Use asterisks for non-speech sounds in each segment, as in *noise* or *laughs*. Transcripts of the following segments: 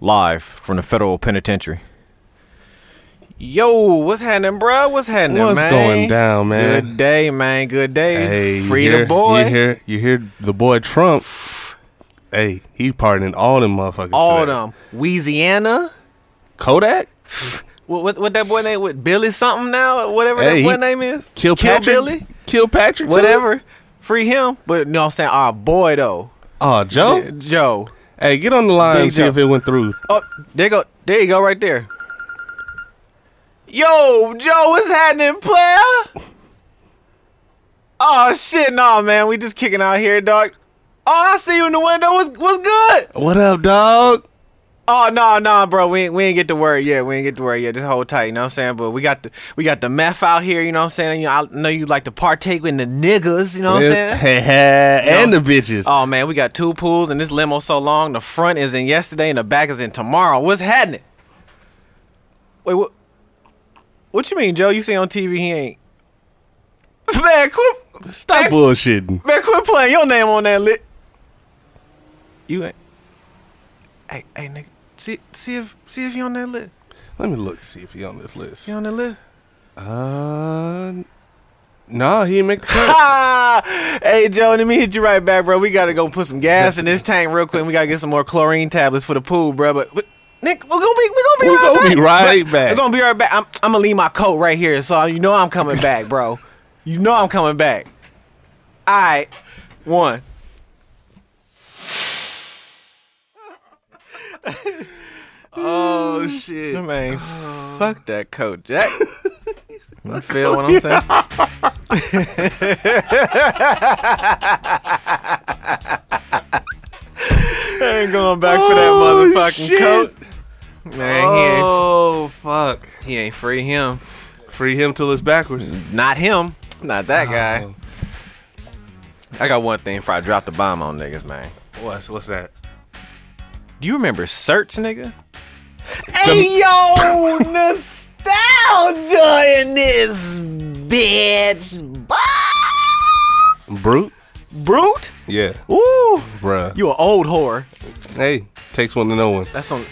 live from the federal penitentiary. Yo, what's happening, bruh? What's happening, What's man? going down, man? Good day, man. Good day. Hey, you Free hear, the boy. You hear, you hear the boy Trump. Hey, he pardoned all them motherfuckers. All today. them. Louisiana. Kodak? What, what, what that boy name? What Billy something now? Whatever Hey, that boy he- name is. Kill Kill Patrick? Billy. Kill Patrick? too? Whatever. Free him. But no, I'm saying our boy though, Oh, Joe? Joe. Hey, get on the line Big and see Joe. if it went through. Oh, there you go. There you go, right there. Yo, Joe, what's happening, player? Oh shit, nah, man, we just kicking out here, dog. Oh, I see you in the window. What's what's good? What up, dog? Oh no, no, bro. We ain't, we ain't get to worry yet. We ain't get to worry yet. Just hold tight, you know what I'm saying? But we got the we got the meth out here, you know what I'm saying? You know, I know you like to partake with the niggas, you know what I'm *laughs* saying? and the bitches. Oh man, we got two pools and this limo so long. The front is in yesterday and the back is in tomorrow. What's happening? Wait, what? What you mean, Joe? You see on TV he ain't. Man, quit. Stop bullshitting. Man, quit playing your name on that lit. You ain't. Hey, hey, nigga. See, see if, see if you on that lit. Let me look, see if he on this list. You on that lit? Uh, no, he ain't make the *gasps* cut. Ah, *laughs* hey Joe, let me hit you right back, bro. We gotta go put some gas in this tank real quick. We gotta get some more chlorine tablets for the pool, bro. But, but Nick, we're gonna be, we're gonna be, We right, gonna back. be right But back. We're gonna be right back. I'm, I'm gonna leave my coat right here, so you know I'm coming back, bro. You know I'm coming back. All right, one. oh, shit. Man, fuck that coat, *laughs* Jack. You feel what I'm saying? *laughs* ain't going back for that Oh, motherfucking shit. coat. Man, Oh, fuck. he, ain't, he ain't free him. Free him till it's backwards. Not him. Not that guy. I got one thing before I drop the bomb on niggas, man. What's, what's that? Do you remember certs, nigga? Hey yo, nostalgia in this bitch, Brute? brute. Yeah, Ooh, bruh. you an old whore. hey, takes one to know one. That's *laughs* on.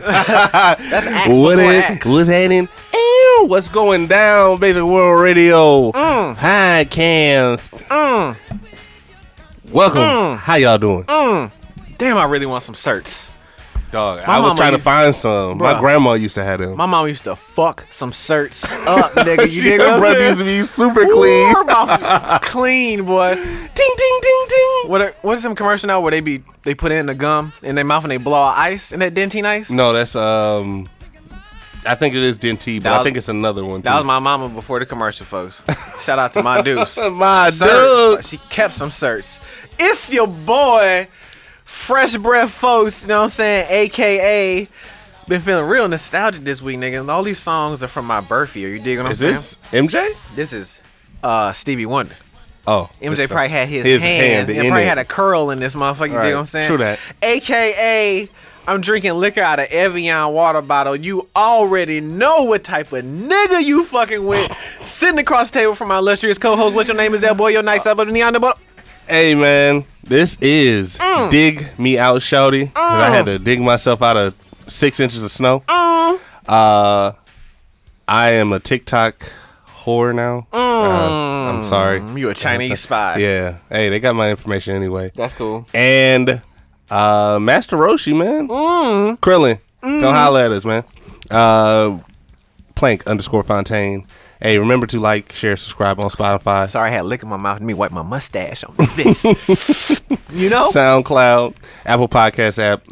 That's X before it- X. What's happening? Ew, what's going down, Basic World Radio? Mm, Hi, Cam. mm, Welcome. Mm. How y'all doing? mm. Damn, I really want some certs. Dog, My I was mama trying to used- find some. Bruh. My grandma used to have *laughs* them. My mom used to fuck some certs *laughs* up, nigga. You dig Yeah, what I'm bruh, saying? *laughs* these be super Ooh, clean. her mouth is clean, boy. Ding, ding, ding, ding. What? Are, what is some commercial now where they be they put in the gum in their mouth and they blow out ice in that dentine ice? No, that's um. I think it is Dentee, but That I was- think it's another one. That too. was my mama before the commercial, folks. Shout out to my deuce. *laughs* My Cert. dude. She kept some certs. It's your boy, Fresh Breath Folks, you know what I'm saying? AKA, been feeling real nostalgic this week, nigga. And all these songs are from my birth year. You dig what I'm Is saying? this MJ? This is uh, Stevie Wonder. Oh, MJ that's probably a- had his, hand. in and probably it. had a curl in this motherfucker. You Right, dig what I'm saying? true that. AKA, I'm drinking liquor out of Evian water bottle. You already know what type of nigga you fucking *laughs* with. Sitting across the table from my illustrious co-host. What your name is that boy? Your nice up of the neon the bottle. Hey man, this is Mm. dig me out, shouty. 'cause I had to dig myself out of six inches of snow. Mm. Uh, I am a TikTok whore now. Uh, I'm sorry. You a Mm. Chinese spy. Yeah. Hey, they got my information anyway. That's cool. And uh, Master Roshi, man, Mm. Krillin, go holla at us, man. Uh, Plank underscore Fontaine. Hey, remember to like, share, subscribe on Spotify. Sorry, I had liquor in my mouth. Let me wipe my mustache on this bitch. *laughs* you know? SoundCloud, Apple Podcast app,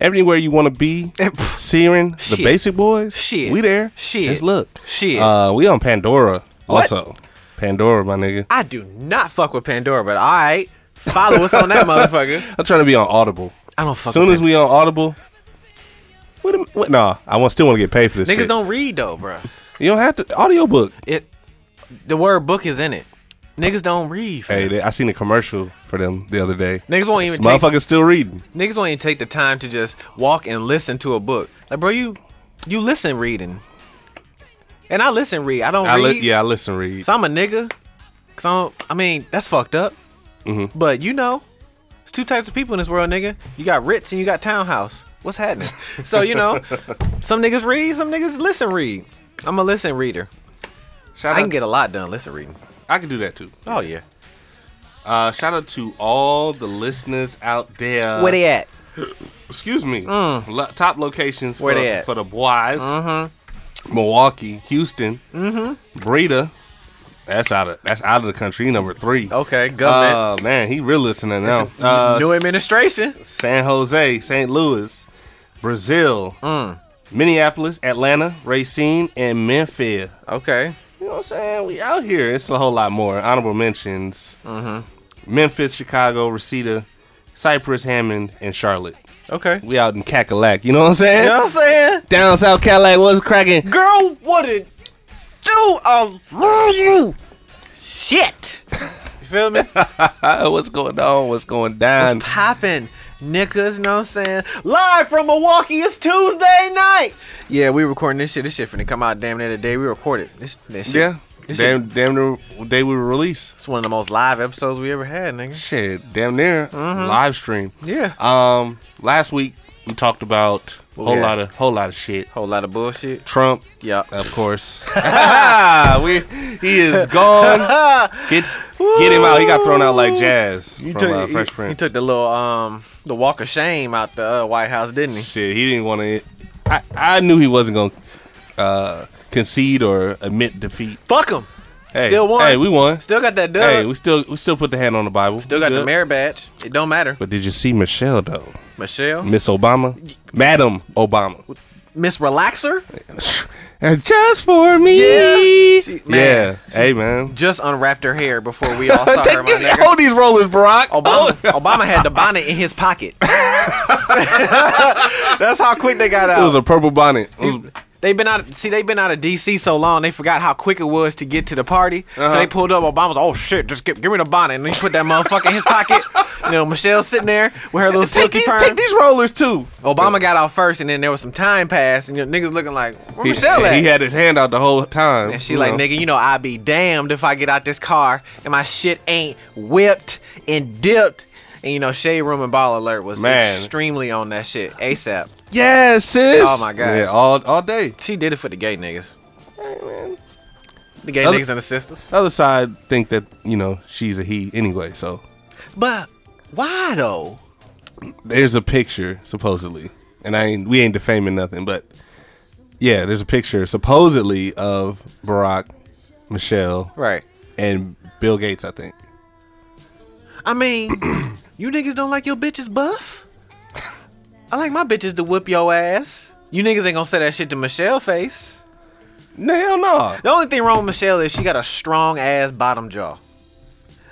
everywhere you want to be. Searing, the Shit. Basic Boys. Shit. We there. Shit. Just look. Shit. Uh, we on Pandora also. Pandora, my nigga. I do not fuck with Pandora, but all right, follow us on *laughs* that motherfucker. I'm trying to be on Audible. I don't fuck. As soon with as we on Audible, what am, what, nah, I want, still want to get paid for this Pandora. niggas shit. don't read though, bruh. You don't have to. Audiobook. It the word book is in it. Niggas don't read. fam. Hey, they, I seen a commercial for them the other day. Niggas won't even take, Motherfuckers still reading. niggas won't even take the time to just walk and listen to a book. Like bro, you you listen reading. And I listen read. I don't I li- read. yeah, I listen read. Mm-hmm. So I'm a nigga. Cause I don't, I mean, that's fucked up. But you know, There's two types of people in this world, nigga. You got Ritz and you got Townhouse. What's happening? *laughs* so you know, some niggas read, some niggas listen read. I'm a listen reader. Shout I out, can get a lot done listen reading. I can do that too. Oh yeah. Uh, shout out to all the listeners out there. Where they at? Excuse me. Lo- top locations Mm. Where for, they at? Mm-hmm. for the boys. Milwaukee, Houston, mm-hmm. Breda. That's out of that's out of the country. He Number three. Okay, government. Uh, man, he real listening now. It's Uh, new administration. San Jose, St. Louis, Brazil, Mm. Minneapolis, Atlanta, Racine, and Memphis. Okay. You know what I'm saying? We out here. It's a whole lot more. Honorable mentions. Mm-hmm. Memphis, Chicago, Reseda, Cypress, Hammond, and Charlotte. Okay. We out in Cackalack. You know what I'm saying? You know what I'm saying? Down South Cadillac was cracking. *laughs* Girl, what it do? I'll love you. Shit. You feel *laughs* me? What's going on? What's going down? Poppin'. Niggas, know what I'm saying? Live from Milwaukee, it's Tuesday night. Yeah, we recording this shit. This shit finna come out damn near the day we recorded. This, this shit. Yeah. This shit, Damn, damn near day we release. it's one of the most live episodes we ever had, nigga. Shit, damn near live stream. Mm-hmm. Yeah. Um, last week we talked about a What whole we had? lot of whole lot of shit. Whole lot of bullshit. Trump, Yeah. *laughs* of course. *laughs* we, he is gone. Ah, Get get him out. He got thrown out like jazz he, from took, uh, he- Fresh he Prince. took the little um the walk of shame out the uh, White House, didn't he? shit. He didn't want to. I, I knew he wasn't gonna uh, concede or admit defeat. Fuck him. Hey, Still won. Hey, we won. Still got that dub. Hey, we still we still put the hand on the Bible. Still got the Good. mayor badge. It don't matter. But did you see Michelle though? Michelle, Miss Obama, Madam Obama. Miss Relaxer, And just for me. Yeah. Yeah. She- man. Hey, man. just unwrapped her hair before we *laughs* all saw her. My Take- nigga. Hold these rollers, Oh. Brock. Obama, Obama had the bonnet in his *laughs* pocket. *laughs* That's how quick they got It was out. a purple bonnet. It was- they've been out. See, they've been out of D.C. so long, they forgot how quick it was to get to the party. Uh-huh. So they pulled up. Obama was, oh shit, just give, give me the bonnet, and he put that motherfucker in his *laughs* pocket. You know, Michelle sitting there with her little take, silky these, perm. take these rollers, too. Obama got out first, and then there was some time passed, and you know, niggas looking like, where He, Michelle at? he had his hand out the whole time. And she you like, know. nigga, you know I be damned if I get out this car and my shit ain't whipped and dipped. And you know, Shade Room and Ball Alert was Man. extremely on that shit. ASAP. Yeah, sis. Oh, my God. Yeah, all, all day. She did it for the gay niggas. The gay Other- niggas and the sisters. The other side think that, you know, she's a he anyway, so. But why though? there's a picture supposedly, and I ain't, we ain't defaming nothing, but yeah, there's a picture supposedly of Barack, Michelle, Right. and Bill Gates. I think. I mean, *clears throat* you niggas don't like your bitches buff? I like my bitches to whoop your ass. You niggas ain't gonna say that shit to Michelle face. No, hell no. The only thing wrong with Michelle is she got a strong ass bottom jaw.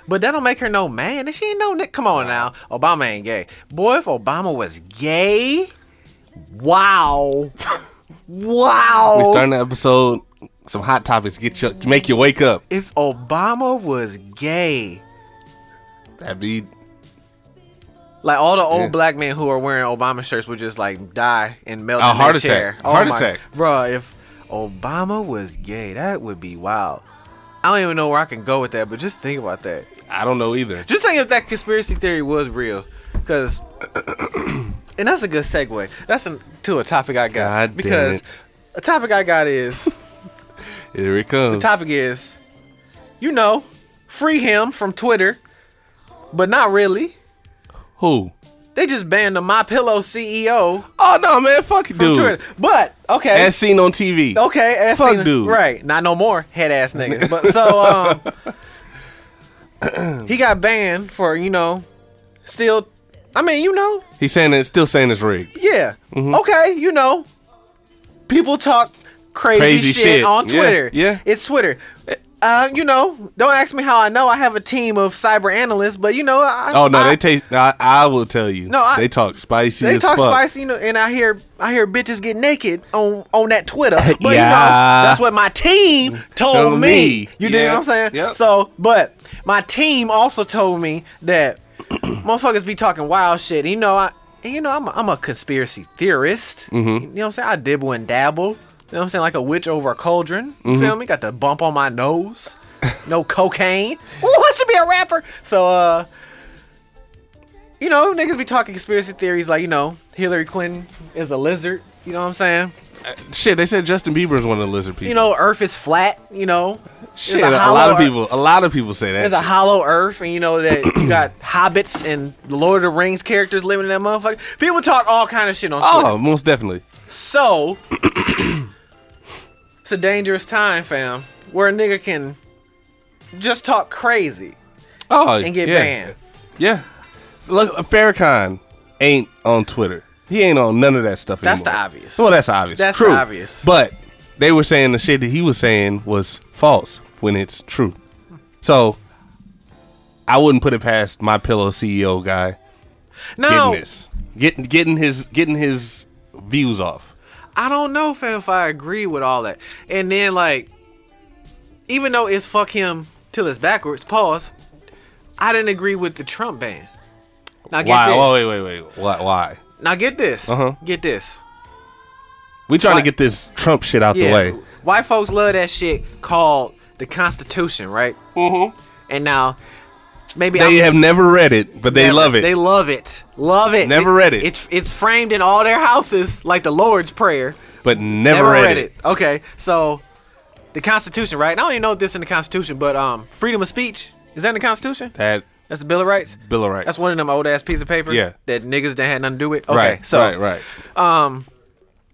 But that don't make her no man. And she ain't no Nick. Come on now. Obama ain't gay. Boy, if Obama was gay, *laughs* wow. wow. We starting the episode. Some hot topics. Get you make you wake up. if Obama was gay, That'd be like all the old Yeah. black men who are wearing Obama shirts would just like die and melt A in heart their attack. chair. A heart attack. Bro, if Obama was gay, that would be wild. I don't even know where I can go with that, but just think about that. I don't know either. Just think if that conspiracy theory was real, because, *clears throat* and that's a good segue. That's an, to a topic I got God damn because it. a topic I got *laughs* is Here it comes. topic is, you know, free him from Twitter, but not really. Who? They just banned the My Pillow E CEO Oh no, man! Fuck from dude. Twitter. But okay, As seen on TV. okay, as Fuck seen- dude. Right, not no more head *laughs* ass niggas. But so um, he got banned for you know, still. I mean, you know, He's saying it's still saying it's rigged. Yeah. Mm-hmm. Okay, you know. People talk crazy, Crazy shit, shit. on Yeah, Twitter. yeah. It's Twitter. Uh, you know, don't ask me how I know. I have a team of cyber analysts, but you know, I, Oh no, I- they taste. I, I will tell you. No, I- they talk spicy. they as talk fuck. spicy, you know, and I hear I hear bitches get naked on on that *laughs* Twitter. But you know, Yeah. Mm. that's what my team told, me. Told me. You dig Yeah. what I'm saying? Yep. So, but my team also told me that *clears throat* motherfuckers be talking wild shit. You know, I and you know I'm a, I'm a conspiracy theorist. Mm-hmm. You know what I'm saying? I dibble and dabble. You know what I'm saying? Like a witch over a cauldron. You Mm-hmm. feel me? Got the bump on my *laughs* nose. No cocaine. Who wants to be a rapper? So uh you know, niggas be talking conspiracy theories like, you know, Hillary Clinton is a lizard. You know what I'm saying? Shit, they said Justin Bieber is one of the lizard people. You know, Earth is flat. You know, It's shit, a, lot hollow of ear- people, a lot of people say that. There's a hollow Earth, and you know that you *clears throat* got hobbits and Lord of the Rings characters living in that motherfucker. People talk all kind of shit on Twitter. oh, most definitely. *clears throat* So it's a dangerous time, fam, where a nigga can just talk crazy Oh, and get yeah. banned. Yeah, look, Farrakhan ain't on Twitter. He ain't on none of that stuff. That's the anymore. obvious. Well, that's obvious. That's true. the obvious. But they were saying the shit that he was saying was false when it's true. So I wouldn't put it past my pillow CEO guy No, getting this, getting getting his getting his views off. I don't know, fam, if I agree with all that. And then like, even though it's fuck him till it's backwards, pause. I didn't agree with the Trump ban. Now get Why? this. Oh, wait, wait, wait. Why? Why? Now get this. Uh-huh. Get this. We trying Why- to get this Trump shit out Yeah. the way. White folks love that shit called the Constitution, right? Mm-hmm. And now maybe They I'm- have never read it, but they Never. love it. They love it. Love it. Never read it. It's it's framed in all their houses like the Lord's Prayer. but never, read, it. Okay, so the Constitution, right? And I don't even know this in the Constitution, but um, freedom of speech is that in the Constitution? That That's the Bill of Rights. Bill of Rights. That's one of them old ass piece of paper. Yeah. That niggas that had nothing to do with. Okay, right. so right. Mm-hmm. Right.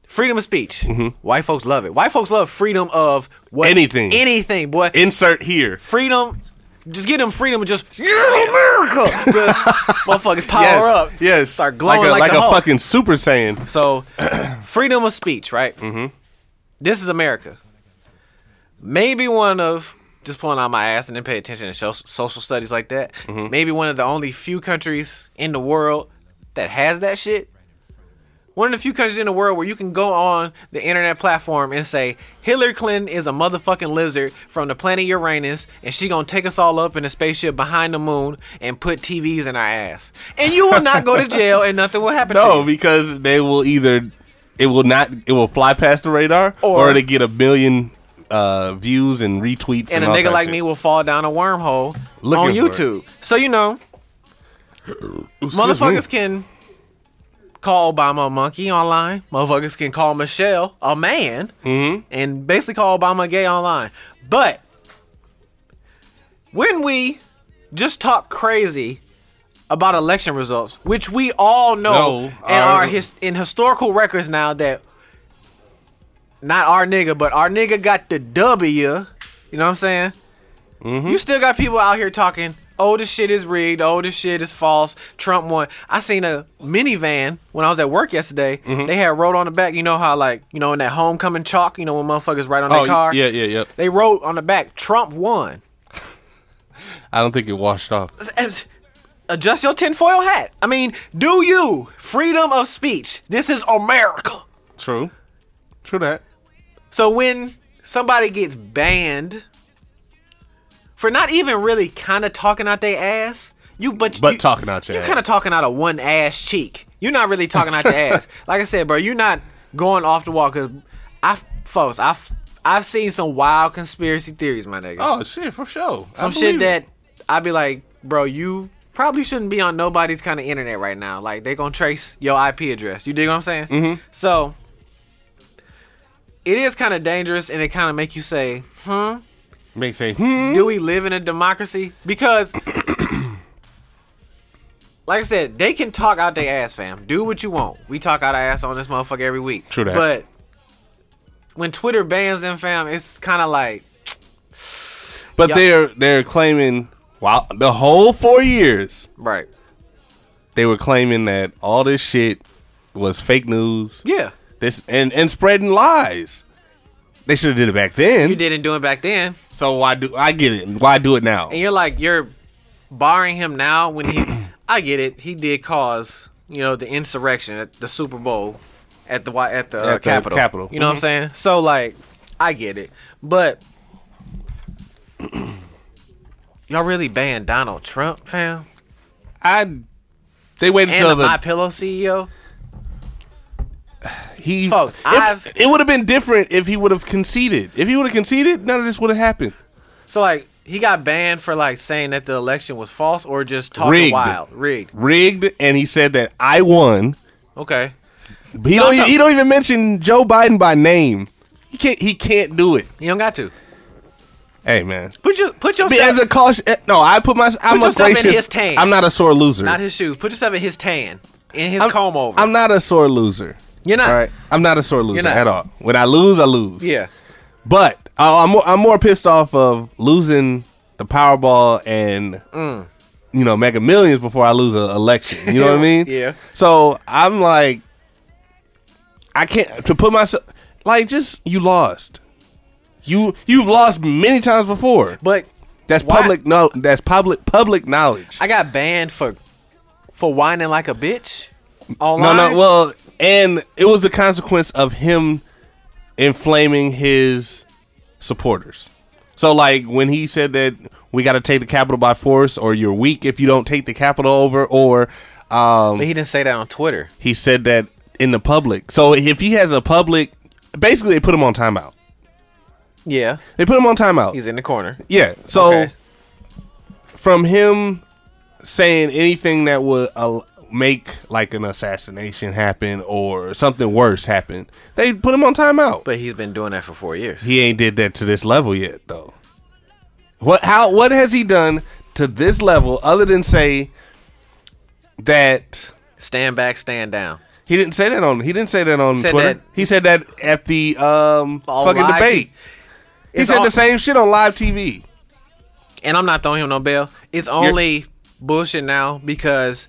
freedom of speech. White folks love it. White folks love freedom of what Anything. anything, boy. Insert here. freedom. Just give them freedom and just yeah, America. *laughs* Just motherfuckers power up. Yes. start glowing like, a, like the a Hulk. fucking Super Saiyan. So, *clears throat* freedom of speech, right? Mm-hmm. This is America. Maybe one of just pulling out my ass and then pay attention to so- social studies like that. Maybe one of the only few countries in the world that has that shit. One of the few countries in the world where you can go on the internet platform and say Hillary Clinton is a motherfucking lizard from the planet Uranus, and she gonna take us all up in a spaceship behind the moon and put TVs in our ass, and you will not go to jail and nothing will happen. to you. *laughs* No, because they will either it will not it will fly past the radar or, Or- they get a million uh views and retweets and and, a all nigga types like of- me will fall down a wormhole Looking on for it. YouTube. So you know, me. motherfuckers can call Obama a monkey online. Motherfuckers can call Michelle a man, Mm-hmm. and basically call Obama gay online. But when we just talk crazy about election results, which we all know No, and our- are his, in historical records now that not our nigga, but our nigga got the W. You know what I'm saying? Hmm? You still got people out here talking, oh, this shit is rigged, oh, this shit is false. Trump won. I seen a minivan when I was at work yesterday. Mm-hmm. They had wrote on the back, you know how, like, you know, in that homecoming chalk, you know, when motherfuckers write on Oh, their car? yeah, yeah, yeah. They wrote on the back, Trump won. *laughs* I don't think it washed off. Adjust your tinfoil hat. I mean, do you? Freedom of speech. This is America. True. True that. So when somebody gets banned for not even really kind of talking out their ass, you but But you, talking out your you're ass. kind of talking out of one ass cheek. You're not really talking out your *laughs* ass. Like I said, bro, you're not going off the wall because I, folks, I, I've seen some wild conspiracy theories, my nigga. Oh shit, for sure. I some shit believe it. that I'd be like, bro, you probably shouldn't be on nobody's kind of internet right now. Like they gonna trace your IP address. You dig what I'm saying? Mm-hmm. So it is kind of dangerous, and it kind of make you say, makes say hmm. do we live in a democracy? *clears throat* Because, like I said, they can talk out their ass, fam. Do what you want. We talk out our ass on this motherfucker every week. True that. But when Twitter bans them, fam, it's kind of like, But Yeah. they're they're claiming wow the whole four years right? they were claiming that all this shit was fake news. Yeah, This and and spreading lies. They should have did it back then. you didn't do it back then. So why do I get it? Why do it now? and you're like you're barring him now when he *clears throat* I get it he did cause you know the insurrection at the Super Bowl at the Wi- at the, uh, At the Capitol Capitol. Mm-hmm. you know what I'm saying so like I get it but *clears throat* y'all really banned Donald Trump fam I they waited and the E until My the Pillow CEO he Folks, it, I've- it would have been different if he would have conceded. If he would have conceded, none of this would have happened. so like He got banned for like saying that the election was false or just talking Rigged. wild, rigged. rigged, and he said that I won. Okay, But he No, don't. I'm e- talking- He don't even mention Joe Biden by name. He can't. He can't do it. you don't got to Hey man. put your put Be- As yourself a caution, eh, no, I put my. I'm a yourself in gracious. his tan. I'm not a sore loser. not his shoes. Put yourself in his tan, in his I'm, comb over. I'm not a sore loser. You're not. All right. I'm not a sore loser not. at all. When I lose, I lose. yeah, But uh, I'm more, I'm more pissed off of losing the Powerball and Mm. you know Mega Millions before I lose an election. You know what I *laughs* mean? Yeah. So I'm like, I can't to put myself like just you lost. You you've lost many times before. but That's why- public no. That's public public knowledge. I got banned for for whining like a bitch No, online. no. Well, and it was the consequence of him inflaming his supporters. So, like when he said that we got to take the capital by force, or you're weak if you don't take the capital over, or um, but he didn't say that on Twitter. he said that in the public. So, if he has a public, basically they put him on timeout. Yeah, They put him on timeout. he's in the corner. Yeah. So Okay. from him saying anything that would uh, make like an assassination happen or something worse happen, they put him on timeout. But But he's been doing that for four years. he ain't did that to this level yet, though. What? How? What has he done to this level other than say that? stand back, stand down. He didn't say that on. He didn't say that on Said Twitter. that- he said that at the um On fucking live debate. t- He It's said all- the same shit on live TV. and I'm not throwing him no bail. It's only bullshit now because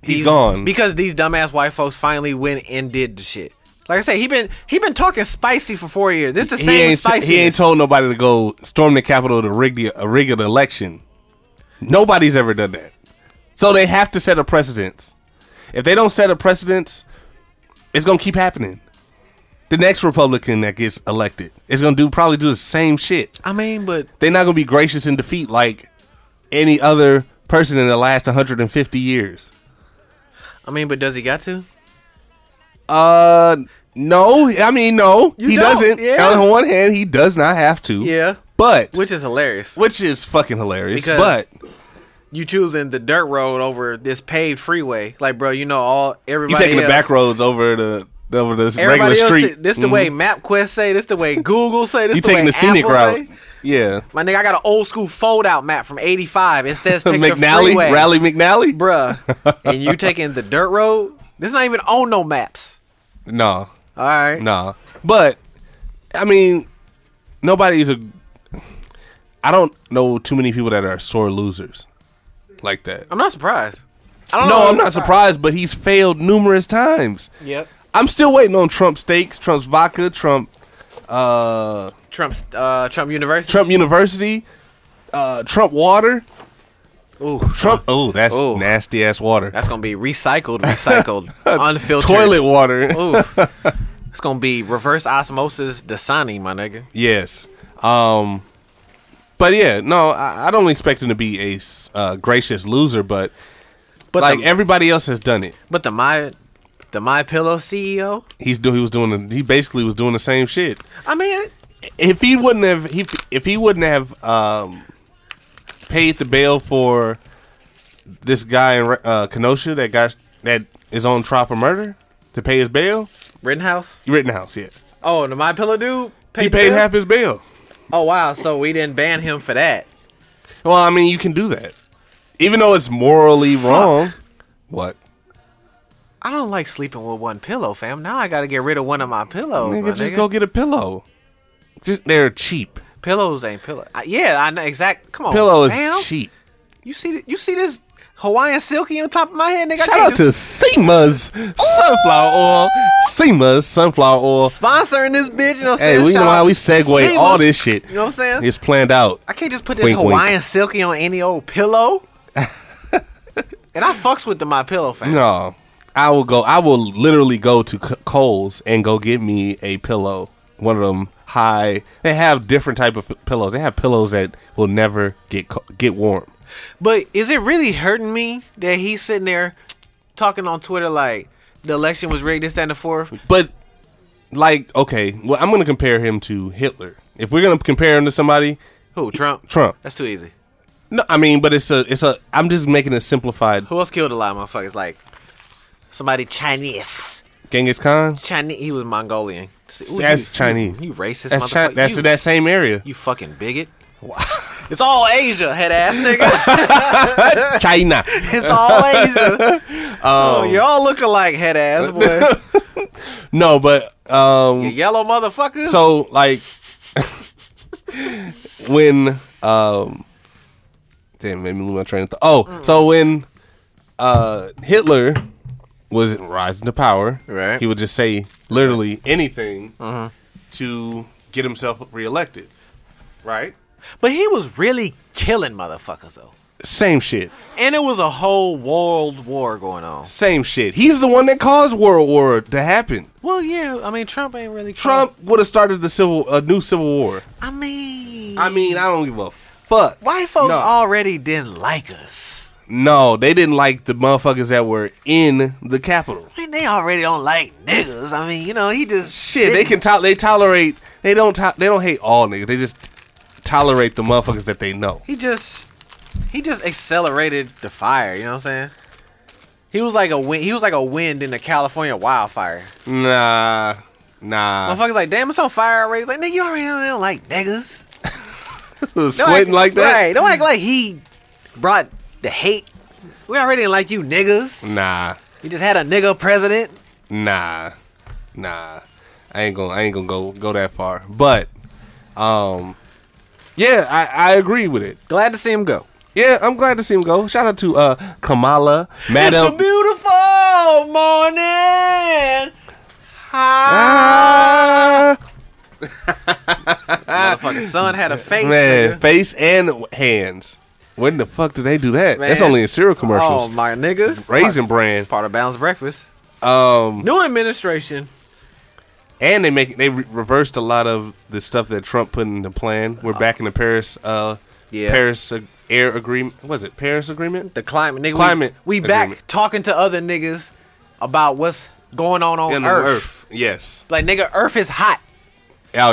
He's gone. Because these dumbass white folks finally went and did the shit. Like I said, he been he been talking spicy for four years. This the same he ain't, spicy. he ain't told nobody to go storm the Capitol to rig the uh, rig an election. Nobody's ever done that. So they have to set a precedence. If they don't set a precedence, it's gonna keep happening. The next Republican that gets elected is gonna do probably do the same shit. I mean, but They're not gonna be gracious in defeat like any other person in the last 150 years. I mean, but does he got to? Uh, no, I mean no, You he don't, doesn't. yeah. On the one hand, he does not have to. Yeah. but Which is hilarious. which is fucking hilarious. Because- but You choosing the dirt road over this paved freeway, like bro, you know all everybody. you taking the else- back roads over the over the regular Everybody else, street. thi- this the Mhm. way MapQuest say. This the *laughs* way Google say. This you the taking way the scenic Apple route. say. Yeah, My nigga, I got an old school fold out map from '85. It *laughs* says take the McNally, freeway. Rally McNally. bruh, *laughs* and you taking the dirt road? This not even on no maps. No, All right. no. But I mean, nobody's a. I don't know too many people that are sore losers like that. I'm not surprised. I don't know. No, I'm not surprised, but he's failed numerous times. Yep. I'm still waiting on Trump steaks, Trump's vodka, Trump Trump's uh, Trump University. Trump University, uh, Trump water. Ooh, Trump. Oh, that's Ooh. nasty ass water. that's gonna be recycled, recycled, unfiltered *laughs* Toilet water. Ooh, it's gonna be reverse osmosis Dasani, my nigga. *laughs* Yes. Um. But yeah, no, I, I don't expect him to be a s- uh, gracious loser, but, But like the, everybody else has done it. but the my the my pillow E CEO. He's do he was doing the, he basically was doing the same shit. I mean, If he wouldn't have he, if he wouldn't have um paid the bail for this guy in uh, Kenosha that got that is on trial for murder to pay his bail, Rittenhouse. Rittenhouse, yeah, Oh, the my pillow dude. Paid he paid the bill? half his bail. Oh wow! So we didn't ban him for that. Well, I mean, you can do that, even though it's morally wrong. What? I don't like sleeping with one pillow, fam. Now I gotta get rid of one of my pillows. Nigga, my just nigga. go get a pillow. Just they're cheap. Pillows ain't pillow. I, yeah, I know exact. Come on, Pillow is fam. cheap. You see, th- you see this Hawaiian silky on top of my head, nigga. Shout out to SEMA's sunflower oil. SEMA's sunflower oil. sponsoring this bitch. You know what I'm saying? Hey, we Shout know how out we segue Seamus. all this shit. You know what I'm saying? It's planned out. I can't just put this Wink, wink. Hawaiian silky on any old *laughs* pillow. and I fucks with the my pillow fam. No, I will go. I will literally go to C- Kohl's and go get me a pillow. One of them high. They have different type of f- pillows. They have pillows that will never get co- get warm. But is it really hurting me that he's sitting there talking on Twitter like the election was rigged, this, that, and the fourth? But like, okay, well, I'm gonna compare him to Hitler. If we're gonna compare him to somebody, Who? Trump. Trump. That's too easy. No, I mean, but it's a, it's a. I'm just making it simplified. Who else killed a lot of motherfuckers? Like somebody Chinese. Genghis Khan. Chinese. He was Mongolian. See, ooh, That's Chinese. You, racist That's motherfucker. Chi- that's you, that same area. you fucking bigot. It's all Asia, head ass *laughs* nigga. China. it's all Asia. *laughs* oh, Um, y'all look alike, head ass boy. No, but *laughs* um, You yellow motherfuckers. so like when um damn made me lose my train of thought oh so Mm. when uh hitler was rising to power Right. Uh-huh. he would just say literally anything to get himself reelected right but he was really killing motherfuckers though. same shit And it was a whole world war going on. same shit he's the one that caused world war to happen Well, yeah, I mean Trump ain't really trump Oh. would have started the civil a new civil war I mean, i mean i don't give a fuck white folks No. already didn't like us. No, they didn't like the motherfuckers that were in the Capitol. I mean, they already don't like niggas. I mean, you know, he just Shit, they can to- they tolerate. They don't to- they don't hate all niggas. They just tolerate the motherfuckers that they know. He just he just accelerated the fire. You know what I'm saying? He was like a wind. He was like a wind in the California wildfire. Nah, nah. Motherfuckers like, damn, it's on fire already. Like, nigga, you already know they don't like niggas. *laughs* Don't act- Squinting like that. Right? Don't act like he brought the hate. We already didn't like you niggas. Nah, You just had a nigga president. nah, nah. I ain't gonna I ain't gonna go go that far. But, um, yeah, I I agree with it. Glad to see him go. Yeah, I'm glad to see him go. Shout out to uh Kamala, It's a Madam. beautiful morning. Ah! Motherfucking son had a face. Man, nigga. face and hands. When the fuck do they do that? That's Man. only in cereal Oh commercials. my nigga. Raisin Bran. Part of Balanced Breakfast. Um, New administration. and they make they re- reversed a lot of the stuff that Trump put in the plan. We're back in the Paris, uh, Yeah. Paris uh, air agreement. Was it Paris agreement? The climate, nigga. we- Climate We, back agreement. talking to other niggas about what's going on on In the Earth. Yes. Like nigga, Earth is hot, Oh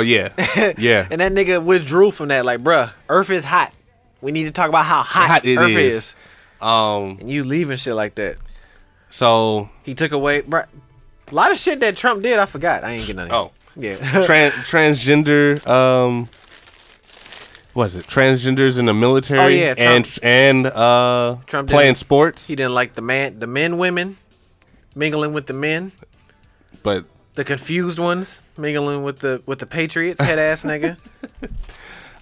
*laughs* yeah. Yeah. and that nigga withdrew from that. Like, bruh, Earth is hot. We need to talk about how hot, Hot it Earth is. is. um. And you leaving shit like that. So He took away, bruh. A lot of shit that Trump did, I forgot. I ain't getting none. Oh. of it. yeah. *laughs* tran- transgender. Um. What is it? Transgenders in the military. Oh, yeah, Trump- And and uh. Trump playing didn't- sports. he didn't like the man, the men, women mingling with the men, but the confused ones mingling with the with the patriots, head *laughs* ass nigga.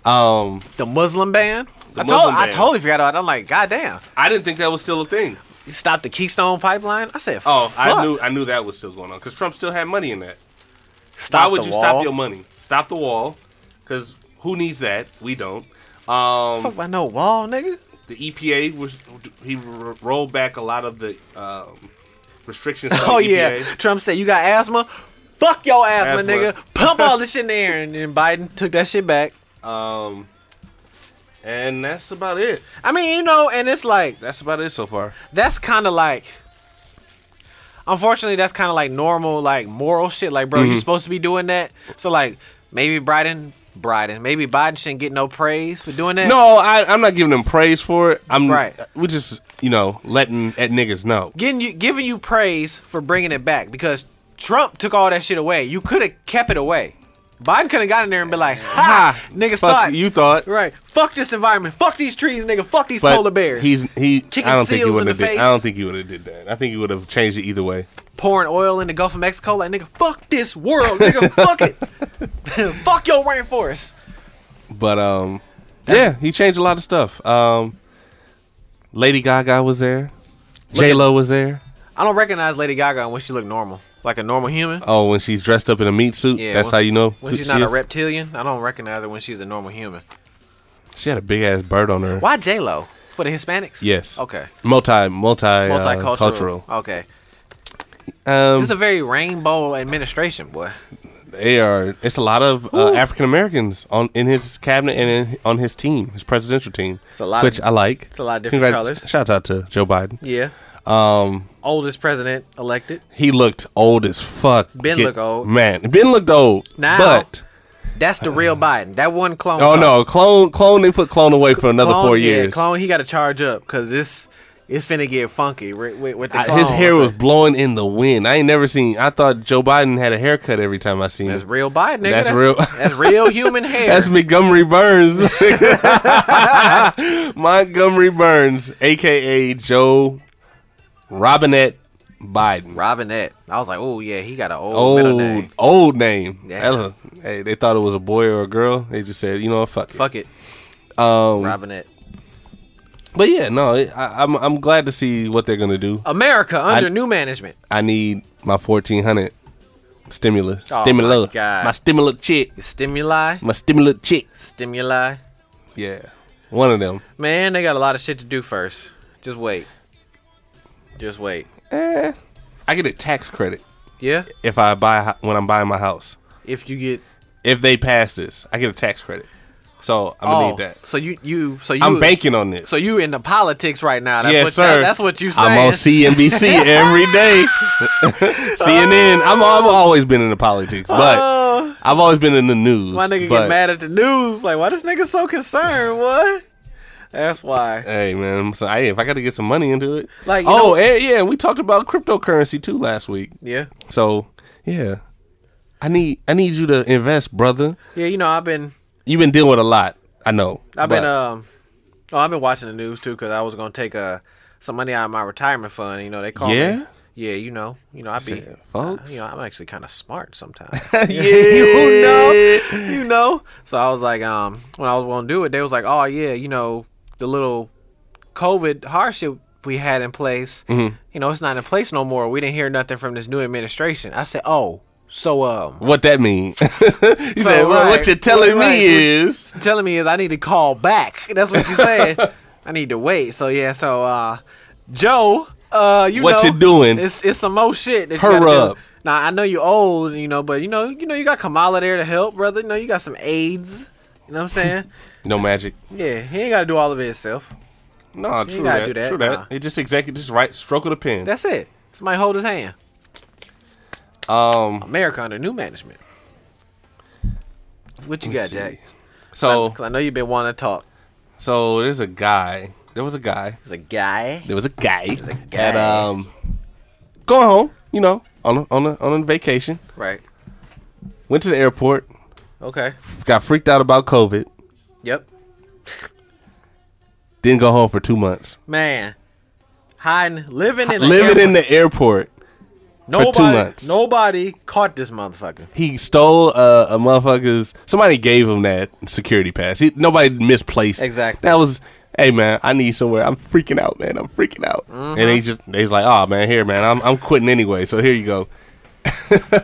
um, The Muslim ban. I told, Muslim I ban. totally forgot about. It. I'm like, goddamn. I didn't think that was still a thing. You stopped the Keystone Pipeline. I said, Oh, fuck. I knew I knew that was still going on because Trump still had money in that. Stop Why would the you wall. stop your money? Stop the wall, because who needs that? We don't. Um, Fuck by no wall, nigga. the EPA was he r- rolled back a lot of the um, restrictions. E to *laughs* the Oh yeah. EPA. Trump said, you got asthma. Fuck your asthma, Asthma. nigga. Pump all this shit in the air, and then Biden took that shit back. and that's about it. I mean, you know, and it's like That's about it so far. that's kind of like. Unfortunately, that's kind of like normal, like moral shit. Like, bro, Mm-hmm. you supposed to be doing that. So, like, maybe Biden, Biden, maybe Biden shouldn't get no praise for doing that. No, I, I'm not giving him praise for it. I'm Right. We're just you know letting at niggas know. getting you giving you praise for bringing it back because Trump took all that shit away. You could have kept it away. Biden could have gotten in there and been like, "Ha, niggas Fuck thought you thought. right. Fuck this environment. Fuck these trees, nigga. Fuck these But polar bears. He's he. Kicking I don't think he seals in would have the did. face. I don't think he would have did that. I think he would have changed it either way. pouring oil in the Gulf of Mexico. Like, nigga, fuck this world, nigga. *laughs* fuck it. *laughs* fuck your rainforest. But um, yeah, he changed a lot of stuff. Um, Lady Gaga was there. J Lo was there. I don't recognize Lady Gaga when she look normal, like a normal human. Oh, when she's dressed up in a meat suit, that's when- how you know when who she's she not a is. reptilian. I don't recognize her when she's a normal human. She had a big ass bird on her. Why J Lo for the Hispanics? Yes. Okay. Multi, multi, multicultural. Multicultural. Uh, cultural. Okay. Um, This is a very rainbow administration, boy. they are. It's a lot of uh, African Americans on in his cabinet and in, on his team, his presidential team. It's a lot which of- I like. it's a lot of different colors. Shout out to Joe Biden. Yeah. Um, Oldest president elected. he looked old as fuck. Ben looked old. Man, Ben looked old. Now. but That's the real Biden. That one clone. uh, Oh clone. no, clone clone. They put clone away for another Clone, four yeah, years. clone, he got to charge up because this it's finna get funky with, with, with the I- clone. his hair was blowing in the wind. I ain't never seen. I thought Joe Biden had a haircut every time I seen That's him. real Biden. Nigga. That's real- *laughs* That's real *laughs* human hair. That's Montgomery Burns. *laughs* Montgomery Burns, aka Joe Robinette Biden. Robinette. I was like, oh yeah, he got an old, middle Old name. old name. Yeah. That's a- hey, they thought it was a boy or a girl. They just said, you know, what, fuck it. Fuck it, Um, Robinette. but yeah, no, it- I, I'm I'm glad to see what they're gonna do. America under new management. I need my fourteen hundred stimulus, Oh, stimulus, my God. my stimulus check, Stimuli, my stimulus check. stimuli. Yeah, one of them. Man, they got a lot of shit to do first. Just wait. Just wait. Eh. I get a tax credit Yeah. if I buy a hou- when I'm buying my house. If you get If they pass this, I get a tax credit. So I'm gonna oh, need that. so you you so you I'm banking on this. So you in the politics right now? That's yes, what, sir. that- that's what you saying. I'm *laughs* on CNBC every day. *laughs* CNN. I'm, I've always been in the politics, but Oh. I've always been in the news. My nigga but- get mad at the news. Like, why this nigga so concerned? What? That's why. Hey man, so hey, if I got to get some money into it, Like, you oh know- and, yeah, we talked about cryptocurrency too last week. Yeah. So yeah, I need I need you to invest, brother. Yeah, you know, I've been You've been dealing with a lot. I know. I've but been um oh, I've been watching the news too because I was gonna take uh some money out of my retirement fund. You know, they call Yeah? me. Yeah, you know, you know, I be, Said, "Folks." uh, you know, I'm actually kind of smart sometimes. *laughs* *laughs* yeah, you know, you know. So I was like, um, when I was gonna do it, they was like, oh yeah, you know, the little COVID hardship we had in place, Mm-hmm. you know, it's not in place no more. We didn't hear nothing from this new administration. I said, oh, so um, What that mean? *laughs* you said, well, right, what you're telling right, me so- is telling me is I need to call back. That's what you saying. *laughs* I need to wait. So yeah, so uh Joe, uh you What know, you doing? It's it's some old shit that Her you gotta up. do. Now I know you old, you know, but you know, you know you got Kamala there to help, brother. You know, you got some aides. You know what I'm *laughs* saying? no magic. yeah, he ain't gotta do all of it himself. No, true gotta that, do that, True nah. that. It just executive, just right stroke of the pen. That's it. Somebody hold his hand. um, America under new management. What you got, see. Jack? so 'Cause I know you've been wanting to talk. so there's a guy. There was a guy. He's a guy. There was a guy. There was a guy. At, um, going home, you know, on a, on a, on a vacation. Right. Went to the airport. Okay. Got freaked out about COVID. Yep. Didn't go home for two months. Man. Hiding living in the Living airport. in the airport. nobody, two months. Nobody caught this *laughs* motherfucker. He stole a, a motherfucker's. Somebody gave him that security pass. He, nobody misplaced. it. Exactly. That was. Hey man, I need somewhere. I'm freaking out, man. I'm freaking out. Mm-hmm. And he just he's like, oh man, here man, I'm I'm quitting anyway. So here you go.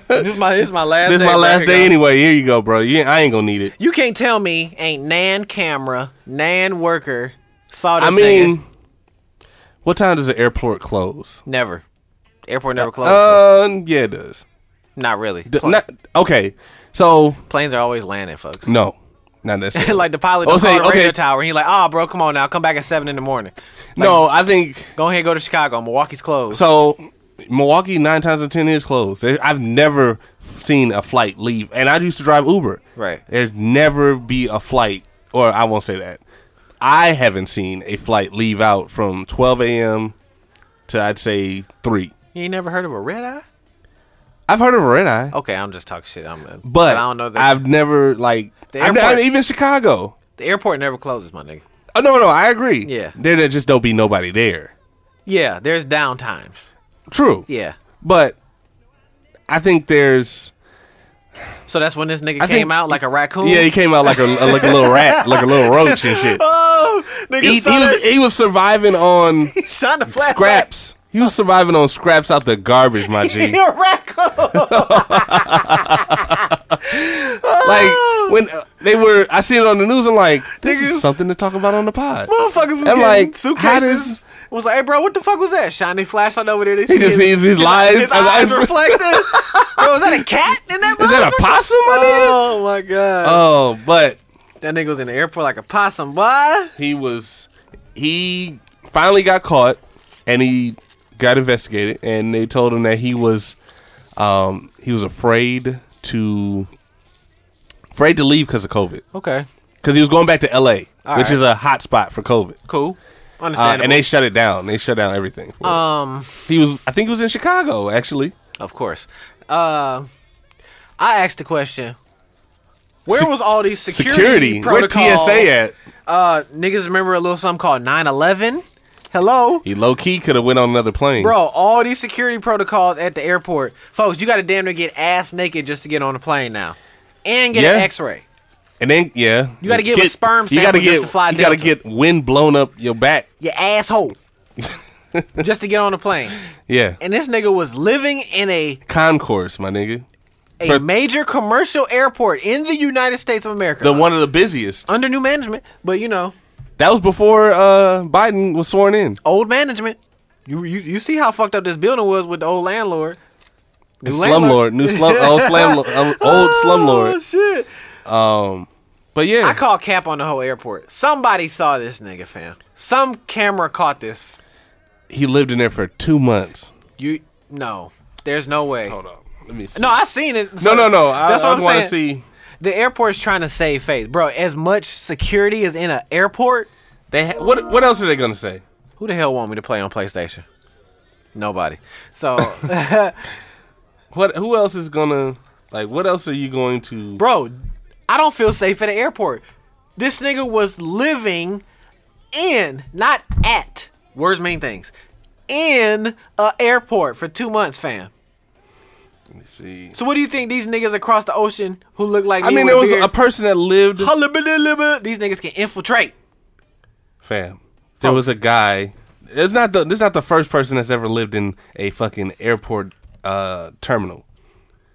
This is my this is my last. This is day, my bro. last Here day you go. anyway. Here you go, bro. You, ain't- I ain't gonna need it. You can't tell me ain't Nan camera, Nan worker saw I this. mean, nigga. what time does the airport close? never. Airport never closed. Uh, yeah, it does. not really. D- Pla- not- okay, so planes are always landing, *laughs* folks. *laughs* no, not necessarily. like the pilot Oh, don't say, call the radio okay. tower. He like, oh, bro, come on now, come back at seven in the morning. no, I think Go ahead, go to Chicago. Milwaukee's closed. So Milwaukee nine times out of ten is closed. There- I've never seen a flight leave, and I used to drive Uber. Right. There's never be a flight, or I won't say that. I haven't seen a flight leave out from 12 a.m. to I'd say three. you ain't never heard of a red eye? I've heard of a red eye, Okay, I'm just talking shit. I'm, uh, but I don't know that I've never like The I've, airport- I've- even Chicago. the airport never closes, my nigga. Oh no, no, I agree. Yeah. there, there just don't be nobody there. Yeah, there's down times. True. Yeah. but I think there's So that's when this nigga I came think- out like a raccoon. yeah, he came out like a like a little rat, like a little roach *laughs* and shit. Oh, nigga, he, he son, was he was *laughs* surviving on he shined the flashlight. scraps. He was surviving on scraps out the garbage, *laughs* my G. *laughs* He a raccoon. Like when uh, they were, I seen it on the news. I'm like, this Niggas- is something to talk about on the pod. Motherfuckers was I'm getting like, how suitcases. does- It was like, hey, bro, what the fuck was that? Shiny flashlight over there. They He just sees his lies. His eyes *laughs* reflected. bro, was that a cat in that? is that a motherfucker? possum, my nigga? Oh my god. Oh, but that nigga was in the airport like a possum, boy. he was, he finally got caught, and he got investigated, and they told him that he was, um, he was afraid to Afraid to leave because of COVID. Okay. Because he was going back to LA, which All right. is a hot spot for COVID. Cool. Uh, Understandable. and they shut it down. They shut down everything. for it. um. he was, I think he was in Chicago actually. Of course. Uh, I asked the question. Where Se- was all these security, Security, where protocols? TSA at? Uh, niggas remember a little something called 9/11. Hello, He low key could have went on another plane, bro. All these security protocols at the airport, folks. You got to damn near get ass naked just to get on a plane now, and get an Yeah. X-ray. And then yeah, You gotta give a sperm You gotta sample just get to fly you gotta Delta. get wind blown up your back. Your *laughs* asshole. just to get on a plane, Yeah, and this nigga was living in a concourse, my nigga. a Per- major commercial airport in the United States of America. The one of the busiest. under new management, but you know, That was before uh, Biden was sworn in. old management. You you, you see how fucked up this building was with the old landlord. New Slumlord, new slum, *laughs* old slum, uh, old Oh slumlord. shit! But yeah, I call cap on the whole airport. Somebody saw this nigga, fam. Some camera caught this. he lived in there for two months. You no, there's no way. Hold on, let me. See. No, I seen it. no, so- no, no. I, that's what I am want to saying. see. The airport's trying to save face, bro. As much security as in an airport, They ha- what? What else are they gonna say? Who the hell want me to play on PlayStation? Nobody. So, *laughs* What? Who else is gonna like? What else are you going to? bro, I don't feel safe at the airport. This nigga was living in, not at. Words mean things. In a airport for two months, fam. Let me see. So what do you think these niggas across the ocean who look like I me mean, with there was beard- a person that lived. these niggas can infiltrate. Fam, there was a guy. It's not the. This is not the first person that's ever lived in a fucking airport uh, terminal.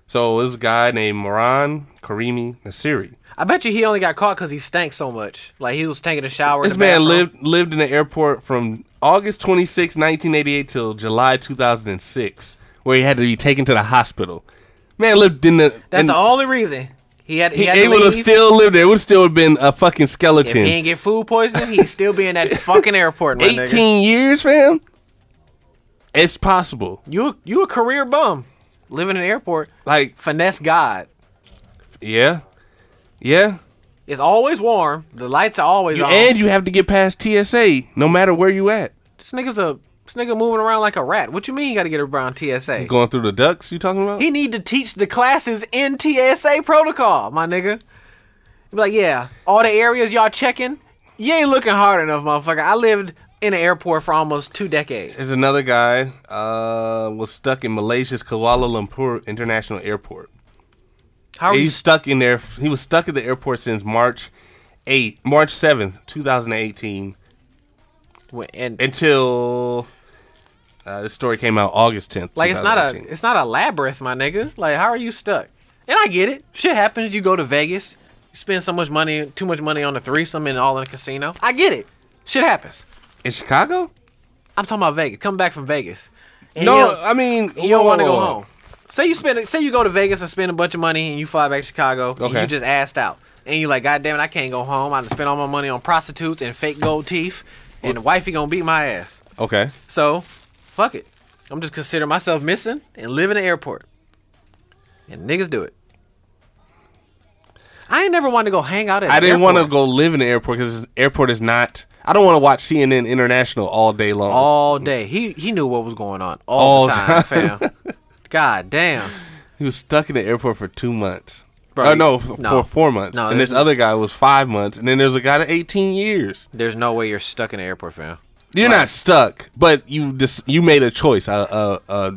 So this guy named Moran Karimi Nasiri. I bet you he only got caught because he stank so much. Like he was taking a shower. in This the man bathroom. lived lived in the airport from August 26, 1988 till July 2006, where he had to be taken to the hospital. Man lived in the. That's in, the only reason he had. He, He, had he to would have leave. still lived there. It would still have been a fucking If he skeleton. ain't get food poisoning, he'd still be *laughs* in that fucking airport, my nigga. 18 years, fam. It's possible. You you a career bum, living in an airport, Like, finesse God. yeah, yeah. It's always warm. The lights are always on. And you have to get past TSA, no matter where you at. this nigga's a this nigga moving around like a rat. What you mean you got to get around TSA? Going through the ducks, you talking about? He need to teach the classes in TSA protocol, my nigga. He Be like, yeah, all the areas y'all checking, you ain't looking hard enough, motherfucker. I lived in an airport for almost two decades. There's another guy uh, was stuck in Malaysia's Kuala Lumpur International Airport. How are you? He's stuck in there. He was stuck at the airport since March 8, March 7th, 2018, st- and until uh, this story came out August 10th. Like it's not a 2019. it's not a labyrinth, my nigga. Like how are you stuck? And I get it. Shit happens. You go to Vegas, you spend so much money, too much money on a threesome and all in a casino. I get it. Shit happens. in Chicago. I'm talking about Vegas. Come back from Vegas. And No, you don't, I mean you don't whoa, want to whoa, go whoa. home. Say you spend say you go to Vegas and spend a bunch of money and you fly back to Chicago and Okay. you just assed out. And you like, God damn it, I can't go home. I done spent all my money on prostitutes and fake gold teeth. And the wifey gonna beat my ass. Okay, So, fuck it. I'm just consider myself missing and live in the airport. And niggas do it. I ain't never wanted to go hang out at. I an didn't want to airport go live in the airport because the airport is not. I don't want to watch CNN International all day long. all day. He he knew what was going on all, the All time, *laughs* fam. God damn. he was stuck in the airport for two months. Bro, oh you- no, f- no. for four months. No, and there's this no- other guy was five months. And then there's a guy to 18 years. There's no way you're stuck in the airport, fam. You're not stuck, but you dis- you made a choice, a, a, a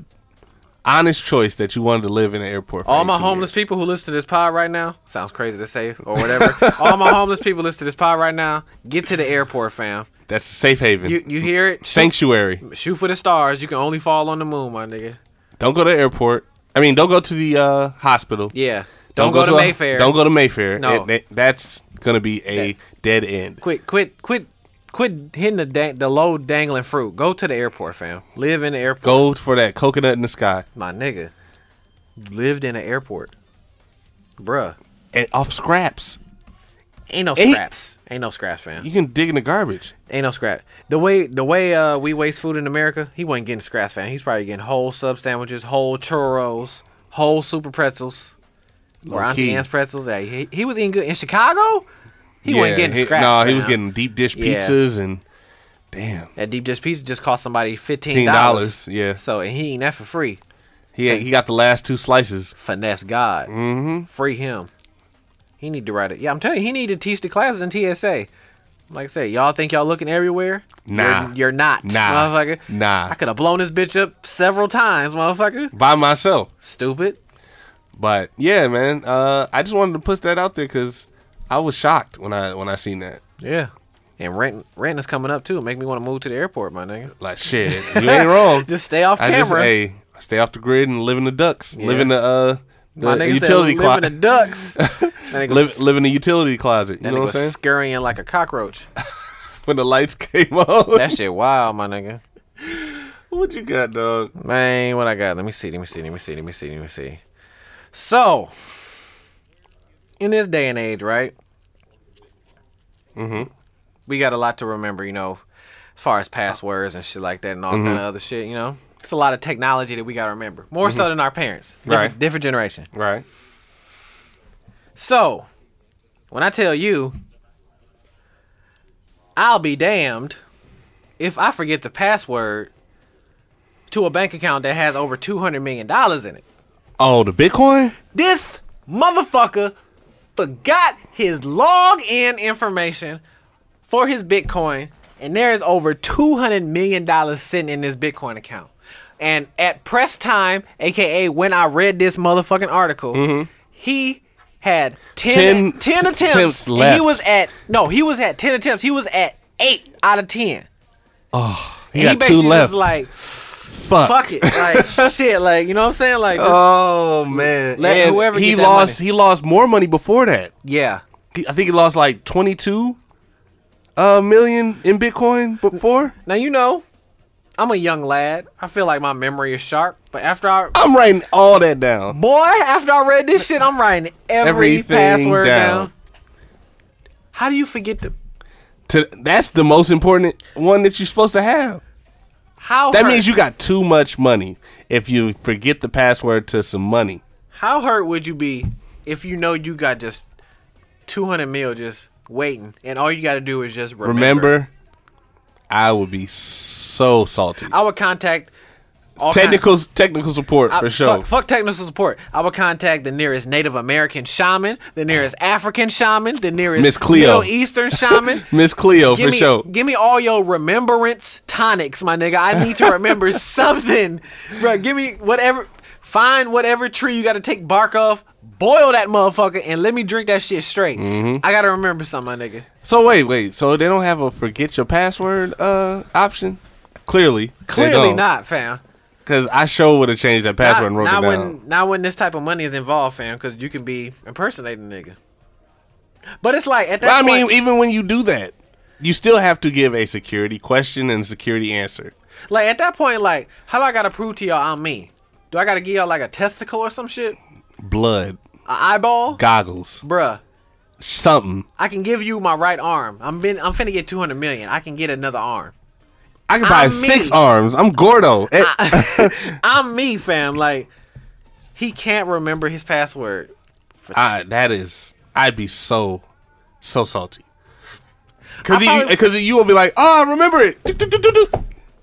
honest choice that you wanted to live in the airport. For All my 18 homeless years. people who listen to this pod right now, sounds crazy to say or whatever. *laughs* all my homeless people listen to this pod right now, get to the airport, fam. That's a safe haven, You you hear it? Shoot, sanctuary. shoot for the stars. You can only fall on the moon, my nigga. Don't go to the airport. I mean, don't go to the uh, hospital. Yeah. Don't, go, to, a- Mayfair. don't go to Mayfair. No. It- that- that's gonna be a dead end. Quit, quit, quit, quit hitting the dang, the low dangling fruit. Go to the airport, fam. Live in the airport, Go for that coconut in the sky my nigga. You Lived in an airport, bruh. and off scraps. Ain't no Ain't- scraps. Ain't no scraps, fam. You can dig in the garbage. Ain't no scrap. The way the way uh we waste food in America, he wasn't getting scraps, fam. He's probably getting whole sub sandwiches, whole churros, whole super pretzels. or Auntie key. Anne's pretzels. Yeah, he, he was eating good in Chicago. He wasn't getting scratched. No, he fam. was getting deep dish Yeah. pizzas and damn, that deep dish pizza just cost somebody fifteen dollars. $15, yeah. So and he ain't that for free. he he got the last two slices. Finesse God. Mm-hmm. Free him. He need to write it. Yeah, I'm telling you, he need to teach the classes in TSA. Like I said, y'all think y'all looking everywhere? Nah. You're, you're not, Nah. motherfucker. Nah. I could have blown this bitch up several times, motherfucker. by myself. Stupid. But yeah, man, uh, I just wanted to put that out there because I was shocked when I when I seen that. Yeah. And rent rent is coming up too. Make me want to move to the airport, my nigga. Like shit, you *laughs* ain't wrong. Just stay off I just camera. hey, stay off the grid and live in the ducks, live Yeah. in the uh the my nigga utility said, live in closet, the *laughs* ducks. that nigga live, was, live in the utility closet. You that know nigga what I'm saying? was scurrying like a cockroach. When the lights *laughs* came on, That shit wild, my nigga. what you got, dog? Man, what I got? Let me see. Let me see. Let me see. Let me see. Let me see. So, in this day and age, right? Mm-hmm. We got a lot to remember, you know, as far as passwords and shit like that, and all kind of other shit. You know, it's a lot of technology that we got to remember more so than our parents. Different, Right. Different generation. Right? So, when I tell you, I'll be damned if I forget the password to a bank account that has over $200 million in it. Oh, the Bitcoin? This motherfucker forgot his login information for his Bitcoin, and there is over $200 million sitting in this Bitcoin account. And at press time, aka when I read this motherfucking article, he had 10, 10, Mm-hmm. Ten t- attempts. attempts and left. he was at, no, he was at 10 attempts. He was at 8 out of 10. He And got two left. was Uh, like, fuck. fuck it. *laughs* Like, shit. Like, you know what I'm saying? Like, just, Oh man! Let And whoever he get that lost, he lost more money before that. yeah. He- I think he lost like twenty two uh, million in Bitcoin before. Now you know, I'm a young lad. I feel like my memory is sharp, but after I I'm writing all that down. boy, after I read this shit, I'm writing every Everything password down. down. How do you forget the To, that's the most important one that you're supposed to have. how That hurt, means you got too much money if you forget the password to some money. how hurt would you be if you know you got just 200 mil just waiting and all you got to do is just remember. Remember, I would be so salty. I would contact all kind- Technical technical support I- for sure. Fuck, fuck technical support. I would contact the nearest Native American shaman, the nearest African shaman, the nearest Miss Cleo. Middle Eastern shaman, *laughs* Miss Cleo give Oh, for me, sure. Give me all your remembrance tonics, my nigga. I need to *laughs* remember something, bro. Give me whatever. Find whatever tree you got to take bark off. Boil that motherfucker and let me drink that shit straight. Mm-hmm. I gotta remember something, my nigga. So wait, wait. So they don't have a forget your password uh option? Clearly, Clearly not, fam. Because I sure would have changed Not, that password and wrote not it down. when not when this type of money is involved, fam, because you can be impersonating a nigga. But it's like at that I point, mean, even when you do that, you still have to give a security question and security answer. like at that point, like how do I gotta prove to y'all I'm me? Do I gotta give y'all like a testicle or some shit, an Blood, eyeball, goggles, bruh? something. I can give you my right arm. I'm been I'm finna get 200 million. I can get another arm. I can buy I'm six me. arms. I'm Gordo. Eh, I'm me, fam. Like he can't remember his password. I- that is, I'd be so, so salty. Because I you, probably- because you will be like, oh, I remember it. Do, do, do, do, do.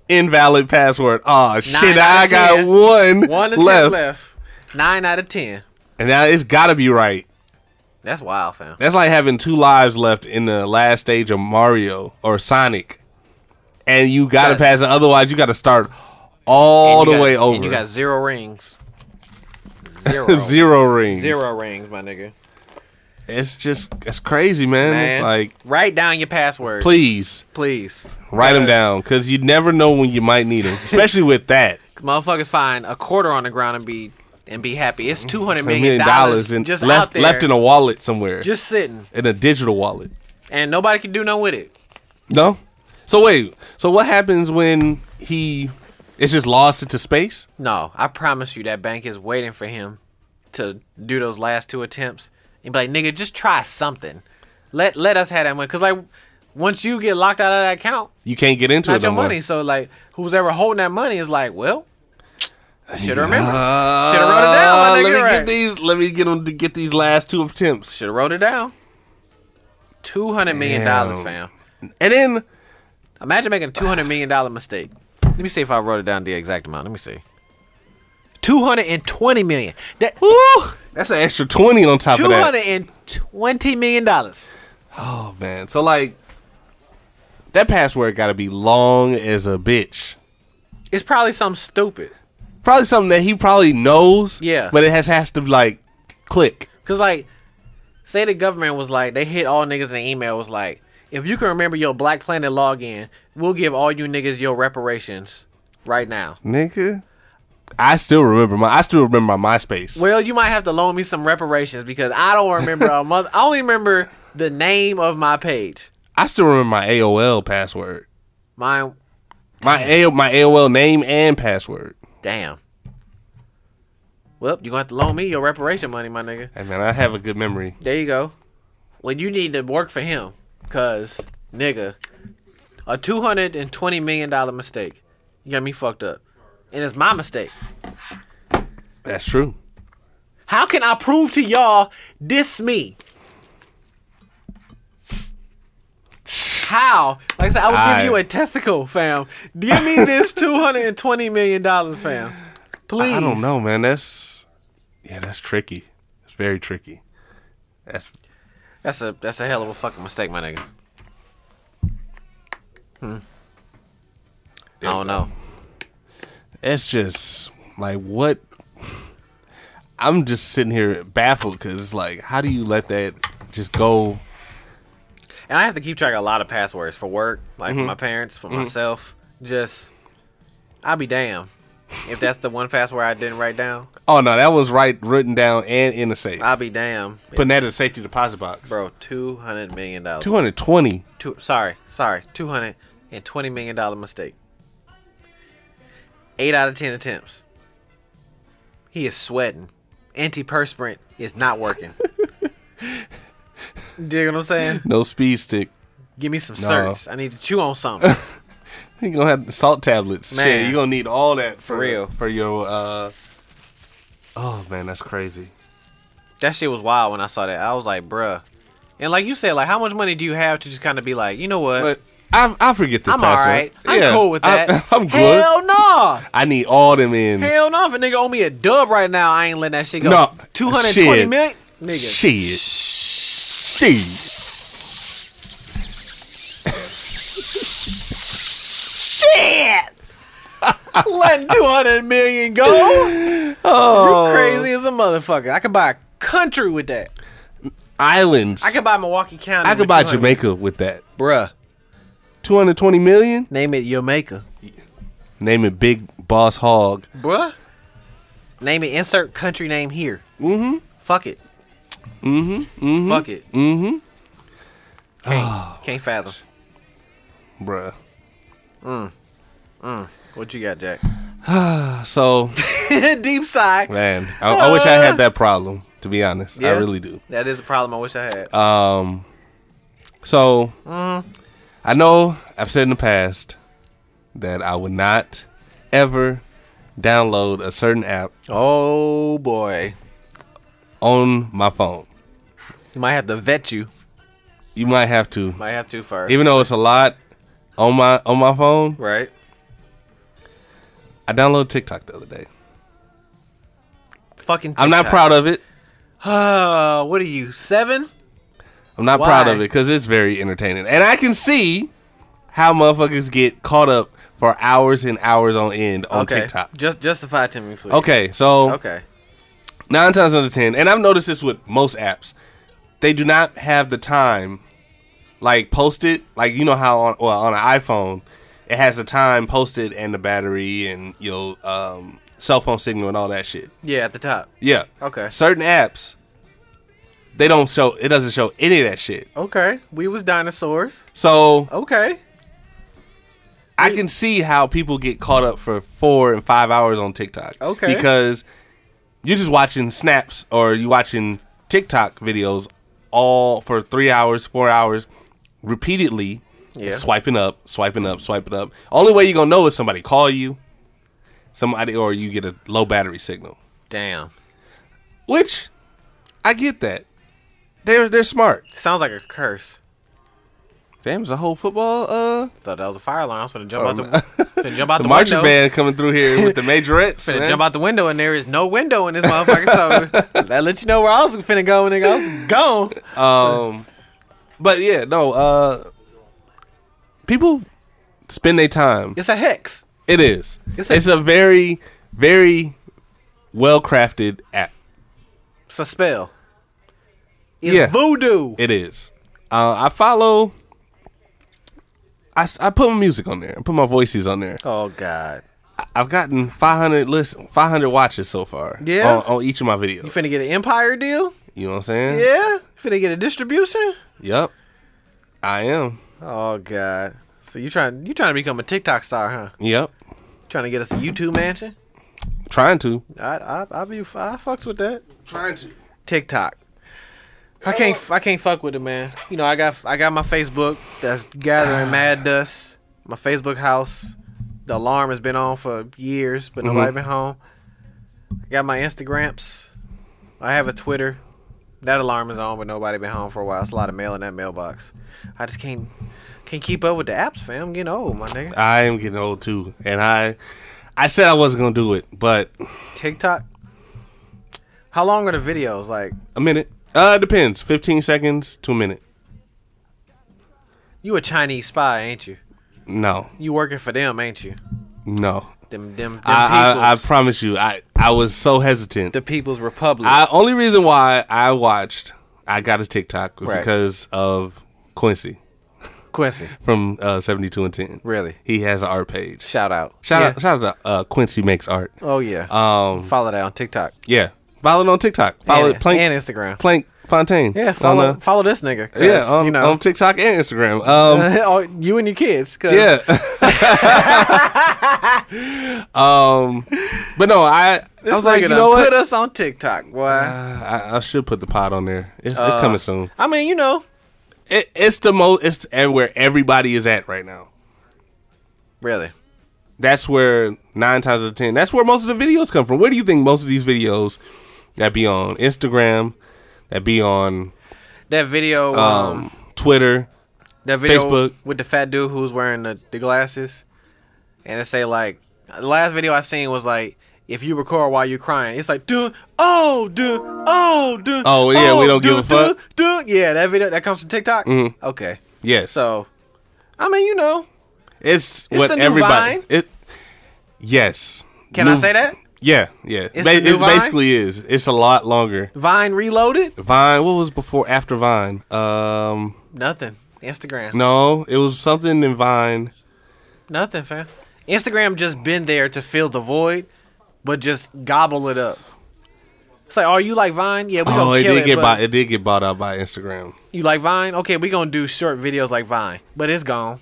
Invalid password. Oh shit, out of I got 10. one, One attempt left. left. Nine out of ten. and now it's got to be right. That's wild, fam. That's like having two lives left in the last stage of Mario or Sonic, and you gotta Got it. pass it. Otherwise, you gotta start all And the you got- way and over. you *laughs* got zero rings. Zero. zero rings. Zero rings, my nigga. It's just it's crazy, man. Man, It's like write down your password, please please. write them Because down because you never know when you might *laughs* need them, especially with that. Motherfuckers find a quarter on the ground and be and be happy. It's 200 *laughs* A million, million dollars and just out left there, left in a wallet somewhere, just sitting, in a digital wallet. and nobody can do nothing with it. No. So wait. So what happens when he? It's just lost into space. No, I promise you that bank is waiting for him to do those last two attempts. And be like, nigga, just try something. Let let us have that money. Cause like once you get locked out of that account, You can't get into it not no your more. money. So like who's ever holding that money is like, well, should have remembered. Should have wrote it down, my on, Uh, let me right. get these. Let me get them to get these last two attempts. Should have wrote it down. Two hundred million dollars, fam. Damn. And then Imagine making a two hundred million dollar mistake. Let me see if I wrote it down the exact amount. Let me see. Two hundred and twenty million. That whew, that's an extra twenty on top two of hundred that. and twenty million dollars. Oh man, so like that password got to be long as a bitch. It's probably something stupid. Probably something that he probably knows. Yeah. but it has has to like click. Cause like, say the government was like, they hit all niggas in the email was like, if you can remember your Black Planet login, we'll give all you niggas your reparations right now. Nigga, I still remember my. I still remember my MySpace. Well, you might have to loan me some reparations because I don't remember a month. I only remember the name of my page. I still remember my AOL password. Mine, My A my AOL name and password. damn. Well, you gonna have to loan me your reparation money, my nigga. Hey man, I have a good memory. There you go. Well, you need to work for him, cause nigga, a two hundred and twenty million dollar mistake, you got me fucked up, and it's my mistake. That's true. How can I prove to y'all this me? How? Like I said, I will I- give you a testicle, fam. Give me *laughs* this two hundred and twenty million dollars, fam. Please. I don't know, man. That's yeah, that's tricky. It's very tricky. That's That's a that's a hell of a fucking mistake, my nigga. Hmm. I don't know. that's just like what. I'm just sitting here baffled because it's like, how do you let that just go? And I have to keep track of a lot of passwords for work, like Mm-hmm. for my parents, for myself. Just, I'll be damned if that's the one password I didn't write down. Oh no, that was right written down and in the safe. I'll be damned, if- Putting that in the safety deposit box. bro. Two hundred million dollars. Two hundred twenty. Two, sorry, sorry. Two hundred and twenty million dollar mistake. Eight out of ten attempts. He is sweating. Antiperspirant is not *laughs* working. Dig what I'm saying? No speed stick. Give me some No. certs. I need to chew on something. You gonna have salt tablets. Man. Shit, you gonna need all that for, real. for your. uh Oh man, that's crazy. that shit was wild when I saw that. I was like, bruh. And like you said, like how much money do you have to just kind of be like, you know what? But I I forget this. I'm all password. right. I'm Yeah, cool with I- that. *laughs* I'm good. Hell no. I need all them ends. Hell no. If a nigga owe me a dub right now, I ain't letting that shit go. No. two hundred twenty Shit. million. Nigga. Shit. Shit. *laughs* Letting 200 million go? Oh, Crazy as a motherfucker. I could buy a country with that. islands. I could buy Milwaukee County. I with could buy 200. Jamaica with that. Bruh. 220 million? Name it Jamaica. Name it Big Boss Hog. Bruh. Name it insert country name here. Mm-hmm. Fuck it. Mm-hmm. Fuck it. Mm-hmm. Oh, Can't, can't fathom. Bruh. What you got, Jack? *laughs* So, Deep sigh. man, I, I wish I had that problem, to be honest. I Yeah. really do. Uh, That is a problem I wish I had. So, I know I've said in the past that I would not ever download a certain app oh, boy. on my phone. You might have to vet you. You might have to, Might have to first. even though it's a lot on my on my phone. right? I downloaded TikTok the other day. Fucking I'm not TikTok. proud of it. Uh, what are you, seven? I'm not proud of Why? it because it's very entertaining, and I can see how motherfuckers get caught up for hours and hours on end on okay. TikTok. Just justify it to me, please. Okay, so Okay. nine times out of ten, and I've noticed this with most apps, they do not have the time, like posted, like you know how on well on an iPhone, it has the time posted and the battery and your um, cell phone signal and all that shit. Yeah, at the top. Yeah. Okay. Certain apps, they don't show. It doesn't show any of that shit. Okay. We was dinosaurs. So Okay. I can see how people get caught up for four and five hours on TikTok. Okay. Because you're just watching snaps or you watching TikTok videos all for three hours, four hours, repeatedly. Yeah. Swiping up, swiping up, swiping up. Only way you're gonna know is somebody call you, somebody or you get a low battery signal. Damn. Which I get that. They're they're smart. Sounds like a curse. Damn, there's a whole football uh Thought that was a fire alarm. I was gonna jump out the, *laughs* finna jump out the Oh, marching window. band coming through here *laughs* with the majorettes. Finna man. jump out the window, and there is no window in this motherfucker. *laughs* so that let you know where I was finna go, nigga. I was gone. Um, but yeah, no. Uh, people spend their time. It's a hex. It is. It's It's a- a, very, very well crafted app. It's a spell. It's Yeah. voodoo. It is. Uh, I follow. I, s- I put my music on there. I put my voices on there. oh God. I- I've gotten 500 listen, 500 watches so far. Yeah? On, on each of my You videos. finna get an empire deal? You know what I'm saying? Yeah. Finna get a distribution? Yep. I am. Oh God. So you trying you trying to become a TikTok star, huh? Yep. Trying to get us a YouTube mansion? Trying to. I I I be I fucks with that. Trying to. TikTok. I can't I can't fuck with it, man. You know, I got I got my Facebook that's gathering mad dust. My Facebook house. The alarm has been on for years, but nobody been home. I got my Instagrams. I have a Twitter. That alarm is on, but nobody been home for a while. It's a lot of mail in that mailbox. I just can't can't keep up with the apps, fam. I'm getting old, my nigga. I am getting old too, and I, I said I wasn't gonna do it, but TikTok. How long are the videos? Like a minute. Uh, depends. Fifteen seconds to a minute. you a Chinese spy, ain't you? No, You working for them, ain't you? no. Them them, them I, I, I peoples. promise you, I, I was so hesitant. the People's Republic. I only reason why I watched, I got a TikTok was Right. because of Quincy Quincy. from uh, seventy two and ten. Really? he has an art page. Shout out. Shout Yeah. out, shout out to uh, Quincy makes art. Oh yeah. Um, follow that on TikTok. yeah, follow it on TikTok. Follow And, it Plank and Instagram. Plank Fontaine. yeah, on, follow uh, follow this nigga. 'cause, Yeah, on, you know. on TikTok and Instagram. Um, *laughs* oh, you and your kids. 'cause- Yeah. *laughs* um, but no, I, I This was like, nigga you done know put what? Uh, us on TikTok, boy. I, I should put the pod on there. It's, it's coming soon. I mean, you know, Uh, It, it's the most. It's where everybody is at right now. really. That's where nine times out of ten. That's where most of the videos come from. Where do you think most of these videos that be on Instagram, that be on That video, um, um, Twitter? that video Facebook. with the fat dude who's wearing the, the glasses, and it say like, the last video I seen was like, if you record while you're crying, it's like, dude, oh, dude, oh, dude, Oh, yeah, we don't give a dude, fuck. Mm-hmm. dude, yeah, that video that comes from TikTok. Okay, Yes. so, I mean, you know, it's, the what new everybody. Vine? It. Yes. can I New- say that Yeah, yeah. It's Ba- the new it Vine? basically is. It's a lot longer. Vine Reloaded? Vine, what was before after Vine? Um, Nothing. Instagram. no, it was something in Vine. Nothing, fam. Instagram just been there to fill the void, but just gobble it up. It's like, oh, you like Vine? Yeah, we Oh, gonna it kill did it. get but- bought. It did get bought out by Instagram. You like Vine? Okay, we gonna do short videos like Vine, but it's gone.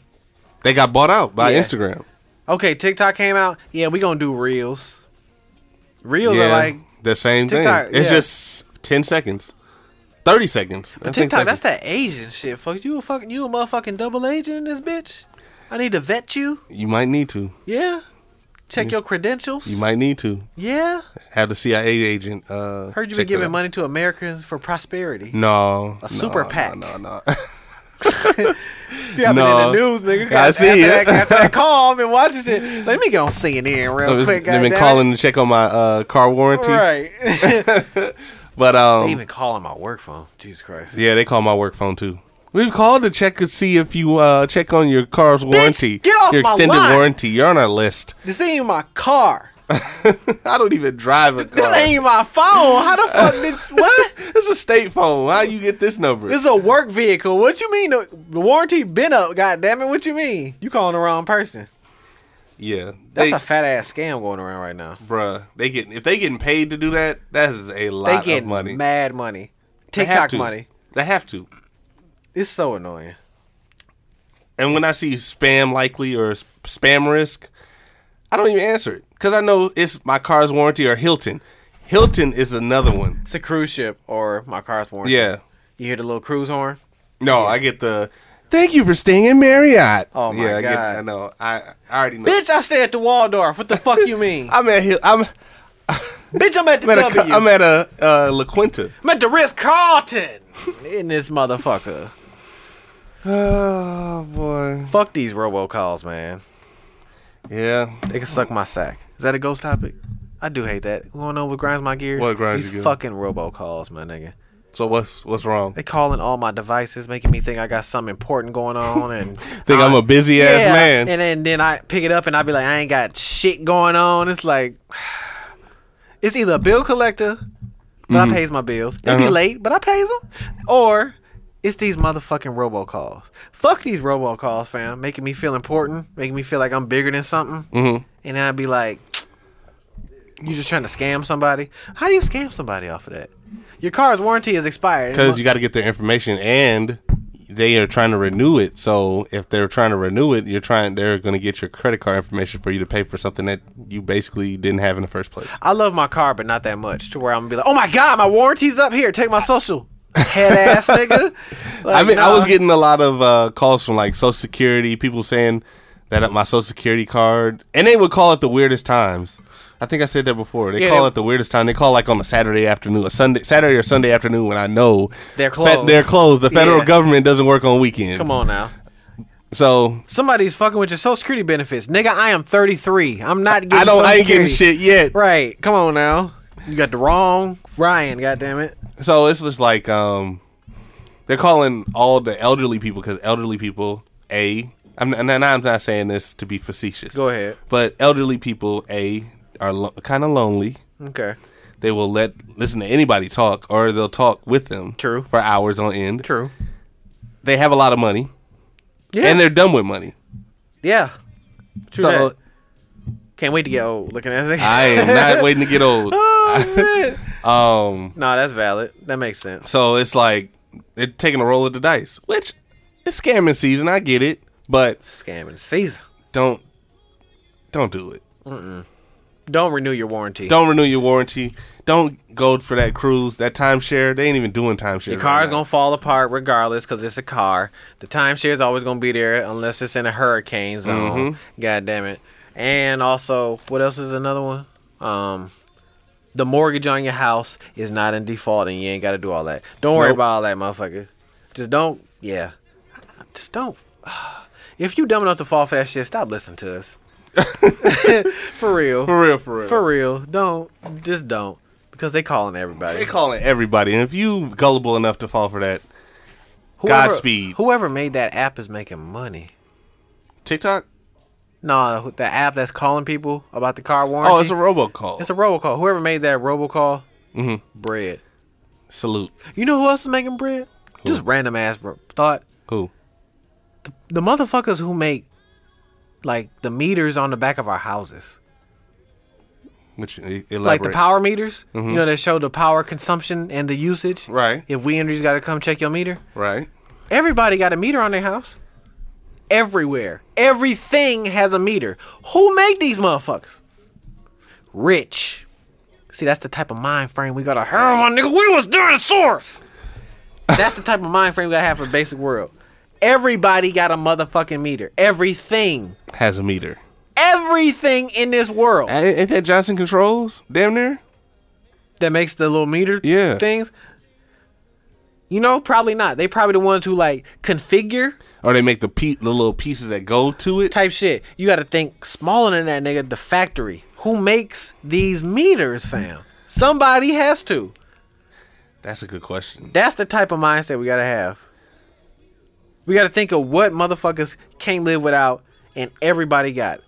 They got bought out by Yeah. Instagram. Okay, TikTok came out. Yeah, we gonna do reels. Reels Yeah, are like the same TikTok, thing. It's yeah. just ten seconds, thirty seconds. I but think TikTok. That's 30. that Asian shit. Fuck you, a fucking you a motherfucking double agent in this bitch. I need to vet you. You might need to. Yeah, check your credentials. Mm. You might need to Yeah, have the CIA agent. Uh, heard you been check that giving out. money to Americans for prosperity. No, a super PAC. No, *laughs* no. See, I've No. been in the news, nigga. I after, see after it. that, after *laughs* that call, I've been watching shit. Let me get on CNN real no. Oh, They've quick. been goddammit. calling to check on my uh, car warranty, *laughs* Right. but um, They even calling my work phone. Jesus Christ. Yeah, they call my work phone too. We've called to check to see if you uh, check on your car's warranty, get off your my extended line. warranty. You're on *laughs* our list. This ain't my car. I don't even drive a *laughs* car. This ain't my phone. How the fuck *laughs* did what? This is a state phone. How you get this number? This is a work vehicle. What you mean the the warranty been up? God damn it! What you mean? You calling the wrong person? yeah, That's they, a fat ass scam going around right now. bruh. They getting if they getting paid to do that. That is a They lot of getting money. mad money, They have TikTok to. money. They have to. It's so annoying. And when I see spam likely or s- spam risk, I don't even answer it because I know it's my car's warranty or Hilton. Hilton is another one. It's a cruise ship or my car's warranty. Yeah. You hear the little cruise *laughs* horn? No, I get the thank you for staying in Marriott. Oh, my yeah, I, get, God. I know. I I already know. *laughs* Bitch, I stay at the Waldorf. What the fuck you mean? I'm at Hill. I'm Bitch, I'm at the I'm at a, W. co- I'm at a uh, La *sighs* Quinta. I'm at the Ritz Carlton in this motherfucker. Oh boy. Fuck these robocalls, man. Yeah. They can suck my sack. Is that a ghost topic? I do hate that. You wanna know what grinds my gears? What grinds These your gears? fucking robocalls, my nigga. So what's what's wrong? They calling all my devices, making me think I got something important going on, and *laughs* Think I'm a busy ass man. And then, then I pick it up and I be like, I ain't got shit going on. It's like, *sighs* it's either a bill collector, but I pays my bills. It'll be Mm-hmm. Uh-huh. late, but I pays them, or it's these motherfucking robocalls. Fuck these robocalls, fam. Making me feel important, making me feel like I'm bigger than something. Mm-hmm. And I'd be like, you just trying to scam somebody? How do you scam somebody off of that? Your car's warranty is expired. Because you got to get their information, and they are trying to renew it. So if they're trying to renew it, you're trying. They're going to get your credit card information for you to pay for something that you basically didn't have in the first place. I love my car, but not that much to where I'm gonna be like, oh my god, my warranty's up here. Take my social, head *laughs* ass nigga. I Like, mean, I was nah. getting a lot of uh, calls from like Social Security people saying that my Social Security card, and they would call at the weirdest times. I think I said that before. They Yeah, call they- at the weirdest time. They call like on a Saturday afternoon, a Sunday, Saturday or Sunday afternoon when I know They're fe- closed. they're closed. The federal Yeah. government doesn't work on weekends. Come on now, So somebody's fucking with your social security benefits, nigga. I am 33. I'm not getting. I don't. Social I ain't getting Security. shit yet. Right. Come on now. You got the wrong Ryan. God damn it. So it's just like um, they're calling all the elderly people because elderly people a. I'm and I'm not saying this to be facetious. Go ahead. But elderly people a are lo- kind of lonely. Okay. They will let listen to anybody talk, or they'll talk with them. True. For hours on end. True. They have a lot of money, Yeah. and they're done with money. yeah. True so that. Can't wait to get old looking at this. *laughs* I am not waiting to get old. um. no, that's valid. That makes sense. So it's like they're taking a roll of the dice, which it's scamming season. I get it, but Scamming season. don't don't do it. Don't renew your warranty. Don't renew your warranty. Don't go for that cruise, that timeshare. They ain't even doing timeshare. The car's right now. gonna fall apart regardless because it's a car. The timeshare is always gonna be there unless it's in a hurricane zone. Mm-hmm. God damn it! And also, what else is another one? Um, the mortgage on your house is not in default, and you ain't gotta do all that. Don't worry Nope. about all that, motherfucker. Just don't. Yeah, just don't. *sighs* If you dumb enough to fall for that shit, stop listening to *laughs* us. *laughs* for real, for real, for real. for real. Don't just don't because they calling everybody. They calling everybody, and if you gullible enough to fall for that, Whoever- Godspeed. Whoever made that app is making money. TikTok. No, the app that's calling people about the car warranty. Oh, it's a robocall. it's a robocall. Whoever made that robocall, mm-hmm. bread. Salute. You know who else is making bread? Just random ass bro- thought. Who? The motherfuckers who make like the meters on the back of our houses, Which like the power meters. You know that show the power consumption and the usage. Mm-hmm. Right. If we injuries got to come check your meter. Right. Everybody got a meter on their house. Everywhere. Everything has a meter. Who make these motherfuckers? Rich. See, that's the type of mind frame we gotta have, my nigga. We was dinosaurs. That's the type of mind frame we gotta have for basic world. Everybody got a motherfucking meter. Everything. Has a meter. Everything in this world A- Ain't that Johnson Controls? Damn near. that makes the little meter Yeah. things. You know, probably not. They probably the ones who like configure Or they make the pe- the little pieces that go to it. type shit. You got to think smaller than that, nigga. The factory who makes these meters, fam. Somebody has to. That's a good question. That's the type of mindset we gotta have. We gotta think of what motherfuckers can't live without, and everybody got.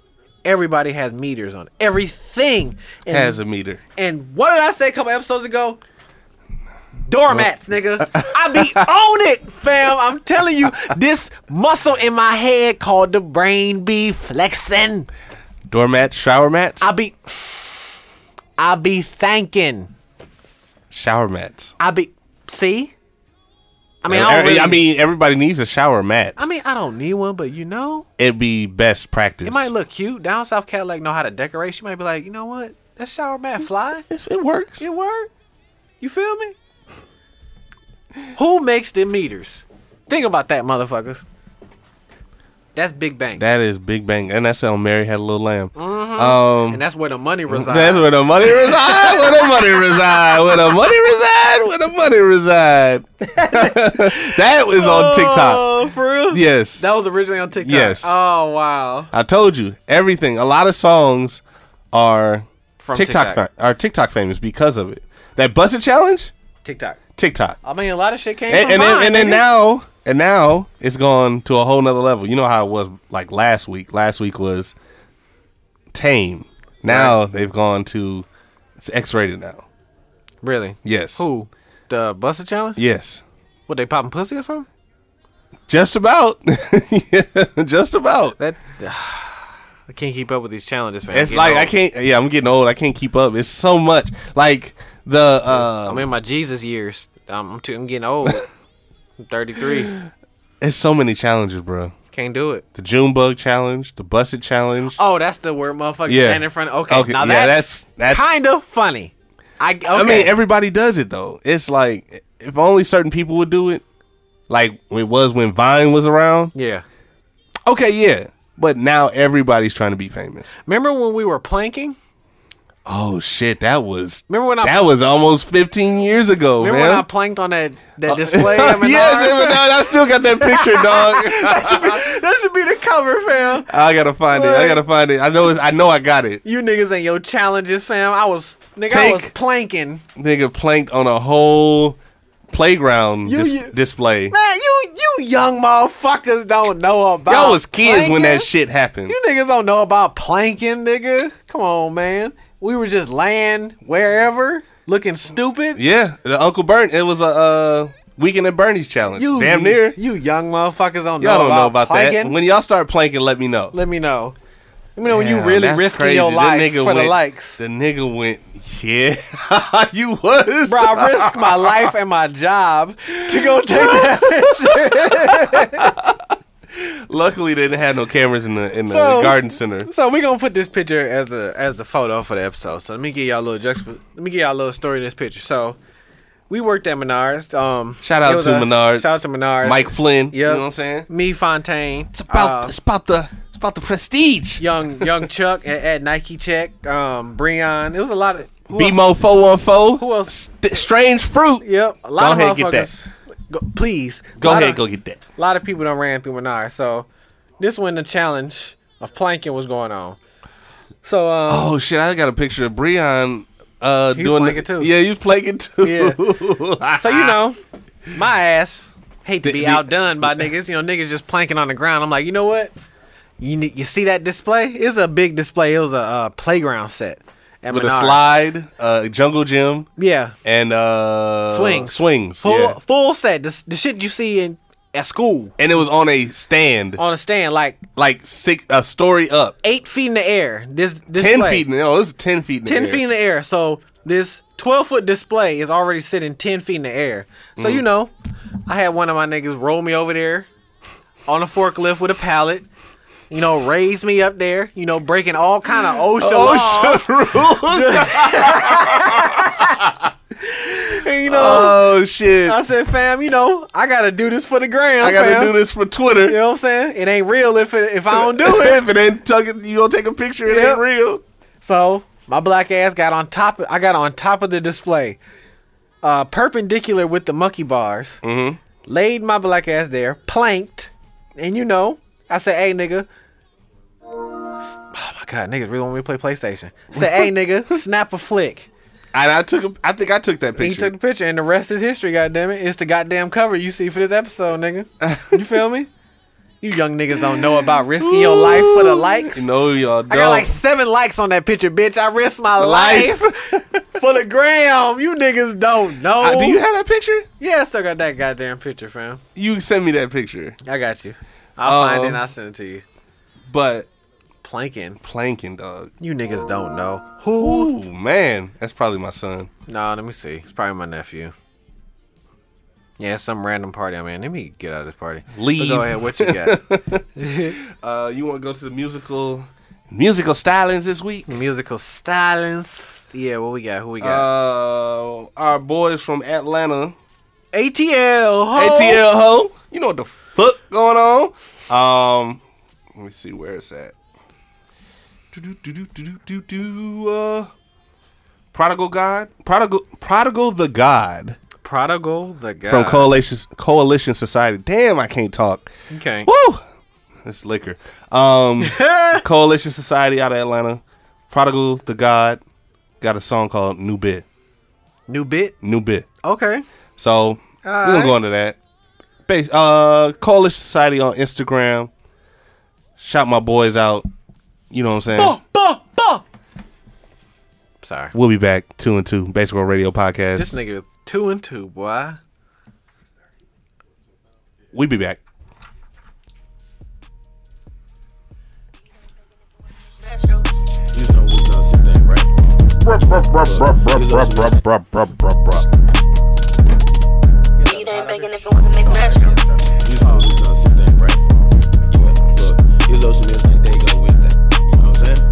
Everybody has meters on everything. And, Has a meter. and what did I say a couple episodes ago? Doormats, nigga. I be on it, fam. I'm telling you, this muscle in my head called the brain be flexing. Doormats, shower mats, I be I be thanking. shower mats. I be see? I mean, Every- I, don't really- Uh, I mean, everybody needs a shower mat. I mean, I don't need one, but you know, It'd be best practice. it might look cute. Down south Cadillac know how to decorate. She might be like, you know what? That shower mat fly. It's- it works. It work. You feel me? Who makes the meters? Think about that, motherfuckers. That's Big Bang, That is Big Bang, and that's how Mary had a little lamb. Mm. Um, and that's where the *laughs* money resides. that's where the money reside. Where the money reside. Where the money reside. Where the money reside. *laughs* that was on TikTok. Oh, for real? Yes, That was originally on TikTok. Yes. Oh wow. I told you everything. A lot of songs are From TikTok, TikTok. fa- are TikTok famous because of it. That busted challenge, TikTok. TikTok, I mean, a lot of shit came and, from and then, Vine, and then nigga. now and now it's gone to a whole nother level. You know how it was like last week. Last week was tame. Now they've gone to it's X-rated now. Really? Yes. Who? The Buster Challenge? Yes. What they popping pussy or something? Just about. *laughs* yeah, just about. That I can't keep up with these challenges, fam. It's You like know, I can't. Yeah, I'm getting old. I can't keep up. It's so much. Like the uh, I'm in my Jesus years. I'm I'm, too, I'm getting *laughs* old. I'm 33. it's so many challenges, bro. Can't do it. The June bug challenge, the busted challenge. Oh, that's the word, motherfucker. Yeah. Stand in front. Of, okay, Okay, now yeah, that's, that's- that's- kind of funny. I okay. I mean, everybody does it though. It's like if only certain people would do it. Like it was when Vine was around. yeah. Okay, yeah. But now everybody's trying to be famous. Remember when we were planking? Oh shit, that was Remember when I- that was almost 15 years ago, Remember man. when I planked on that that *laughs* display? I mean, Uh, yes, all right, M&R, I still got that *laughs* picture, dog. that should be the cover, fam. I gotta find it. I gotta find it. I know. It's, I know. I got it. You niggas ain't your challenges, fam. I was nigga, I Take- was planking. Nigga planked on a whole playground You- dis- you- display. Man, you you young motherfuckers don't know about. Y'all was kids when that planking. shit happened. You niggas don't know about planking, nigga. Come on, man. We were just laying wherever, looking stupid. Yeah, the Uncle Bert. It was a uh, weekend at Bernie's challenge. You Damn near. You young motherfuckers don't know Y'all don't about, know about planking. that. When y'all start planking, let me know. Let me know. Let me know when you Damn, really that's risking crazy. your That life for nigga the went- likes. The nigga went. Yeah, *laughs* you was. Bro, I risked my life and my job to *laughs* go take that picture. Luckily, they didn't have no cameras in the in the So- garden center. so we gonna put this picture as the as the photo for the episode. So let me give y'all a little juxtap- let me give y'all a little story of this picture. So we worked at Menards. Um, Shout it out was to a- Menards. Shout out to Menards. Mike Flynn. Yep. You know what I'm saying? Me Fontaine. It's about uh, it's about the it's about the prestige. young *laughs* young Chuck at, at Nike Check. Um, Breon. It was a lot of who else? BMO four one four. Who else? Strange fruit. Yep, a lot Go of ahead, get motherfuckers. Go, please A Go lot ahead, of- go get that. a lot of people done ran through Menard. So this when the challenge of planking was going on. So um, Oh shit! I got a picture of Breon. Uh, He was doing playing the- it too. Yeah, he was playing it too. *laughs* yeah. so you know, my ass hate to The- be the- outdone by niggas. You know, niggas just planking on the ground. I'm like, you know what? You ne- you see that display? It's a big display. It was a uh, playground set at With Menards. a slide, uh, jungle gym, Yeah, and uh, swings, swings. full yeah. full set. The, s- the shit you see in at school And it was on a stand, on a stand, like like six a story up, eight feet in the air. This display. ten feet. No, it was ten feet. In 10 the air. feet in the air. So this 12 foot display is already sitting 10 feet in the air. So, Mm. you know, I had one of my niggas roll me over there on a forklift with a pallet. You know, raise me up there. You know, breaking all kind of OSHA *laughs* Oh, laws. *laughs* shit, *laughs* rules. And, you know, oh shit! Uh, I said, fam, you know, I gotta do this for the gram. I gotta fam. do this for Twitter. You know what I'm saying? It ain't real if it, if I don't do it. if it ain't tucking, you don't take a picture. It Yep. ain't real. So my black ass got on top. Of, I got on top of the display, uh, perpendicular with the monkey bars. Mm-hmm. Laid my black ass there, planked, and you know, I said, "Hey, nigga." s- Oh my god, niggas really want me to play PlayStation. Say, "Hey, nigga, snap a flick." And I took. A, I think I took that And he picture. took the picture, and the rest is history. Goddamn it! It's the goddamn cover you see for this episode, nigga. You feel me? You young niggas don't know about risking your life for the likes. no, y'all don't. I got like seven likes on that picture, bitch. I risked my life, *laughs* Life. for the gram. You niggas don't know. Uh, do you have that picture? yeah, I still got that goddamn picture, fam. You sent me that picture, I got you. I'll find it Um, and I'll send it to you. but Planking. planking, dog. You niggas don't know. Who? Ooh, man, that's probably my son. Nah, let me see. It's probably my nephew. Yeah, it's some random party. I mean, let me get out of this party. But Leave. Go ahead. What you *laughs* got? Uh, you want to go to the musical musical stylings this week? Musical stylings. Yeah, what we got? Who we got? Uh, our boys from Atlanta, ATL. Ho. ATL Ho. You know what the fuck going on? Um, Let me see where it's at. Do-do-do-do-do-do-do, Uh, Prodigal God, Prodigal, Prodigal the God Prodigal the guy from Coalition Coalition Society. Damn, I can't talk. Okay. Woo! It's liquor. Um, Coalition Society out of Atlanta. Prodigal the God got a song called New Bit. *laughs* New bit. New Bit. Okay. So we're gonna go into that. Bas uh, Coalition Society on Instagram. Shout my boys out. You know what I'm saying? Oh. Sorry. We'll be back two and two. Basic World Radio Podcast. This nigga two and two, boy. we'll be back. Just know we know since ain't right. You ain't begging if it wasn't me for asking. Just know we know since ain't right. You know, look, it's ocean is like they go Wednesday. You know what I'm saying?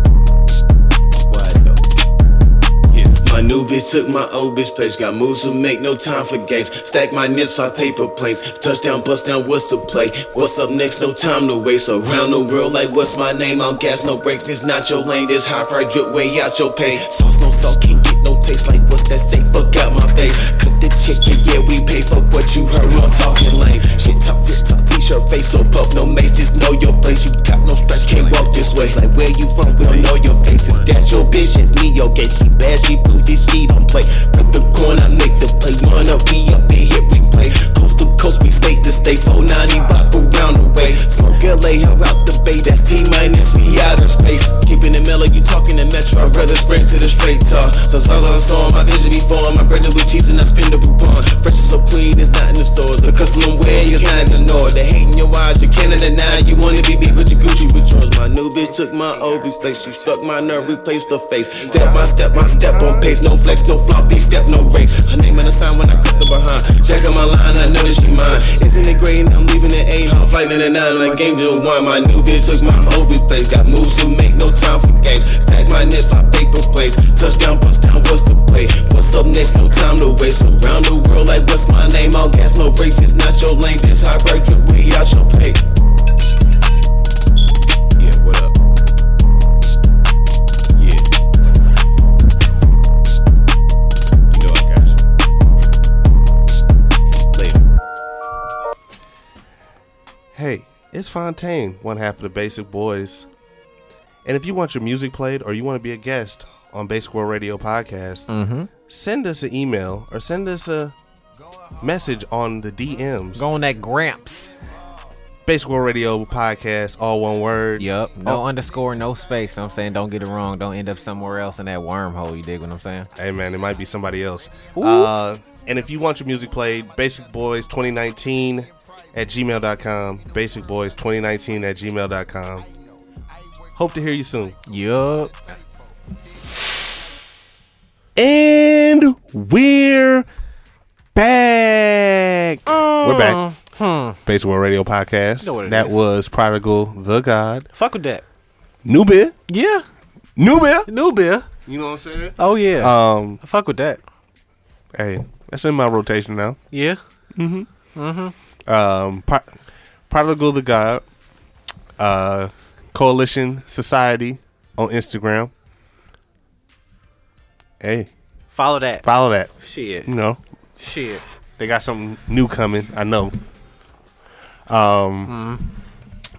Quiet though. Yeah. My new bitch took my old bitch place. Got moves who make no time for games. Stack my nips like paper planes. Touchdown, bust down, what's the play? What's up next? No time to waste. Around the world, like what's my name? I'm gas, no brakes. It's not your lane. This high fried drip way out your pain. Sauce no salt, can't get no taste. Like what's that say? Fuck out my face. Cook the chicken, yeah, we pay for what you heard. I'm talking lame. Shit talk, shit talk, t-shirt face so puff. No mace, just know your place. You got no stripes, can't walk this way. Like where you from? We don't know your face. Is that your bitch? It's me, okay. She bad, she blue, this she don't play. Pick the coin, I make the play. Wanna be up in here, we play. Coast to coast, we state to state. 490 block around the way. Smoke LA, her out the bay. That's T minus, we out of space. Keeping it mellow, you talking to Metro. I'd rather spread to the straight talk. So, so, so, so, my vision before. My bread and blue cheese, and I spend the coupon. Fresh is so clean, it's not in the stores. The custom wear, you're not in the north. They hating your eyes, you can't deny. You wanna be beat with your Gucci with yours. My new bitch took my old bitch place. She struck my nerve, replaced her face. Step by step, my step on pace. No flex, no floppy step, no race. Her name and a sign when I crept up behind. Checking my line, I know that she mine. Isn't it great? I'm leaving at eight. I'm fighting at nine, like game to one. My new bitch took my old bitch place. Got moves to make, no time for games. Stack my nips, I paper plates. Touchdown, bust down, what's the play? What's up next? No time to waste. Around the world, like what's my name? All gas, no brakes. It's not your lane, bitch. I break your way out your pay. Yeah, what up? Yeah. You know I got you. Later. Hey, it's Fontaine, one half of the Basic Boys. And if you want your music played or you want to be a guest on Basic World Radio Podcast, send us an email or send us a message on the DMs. Go on that Gramps. Basic World Radio Podcast, all one word. Yup. No Oh, underscore, no space. Know what I'm saying? Don't get it wrong. Don't end up somewhere else in that wormhole. You dig what I'm saying? hey, man, it might be somebody else. Uh, and if you want your music played, Basic Boys 2019 at gmail.com. Basic Boys 2019 at gmail.com. Hope to hear you soon. Yup. And we're back. We're back. Basic World Radio Podcast. know what it that is. was Prodigal the God. Fuck with that. Nubia. Yeah. Nubia. New beer. You know what I'm Oh, yeah. saying? Um, Fuck with that. hey, that's in my rotation now. Yeah. Um, Pro- Prodigal the God. Uh, Coalition Society on Instagram. Hey, Follow that. follow that. Shit. You know, Shit. They got something new coming. I know. Um, Mm-hmm.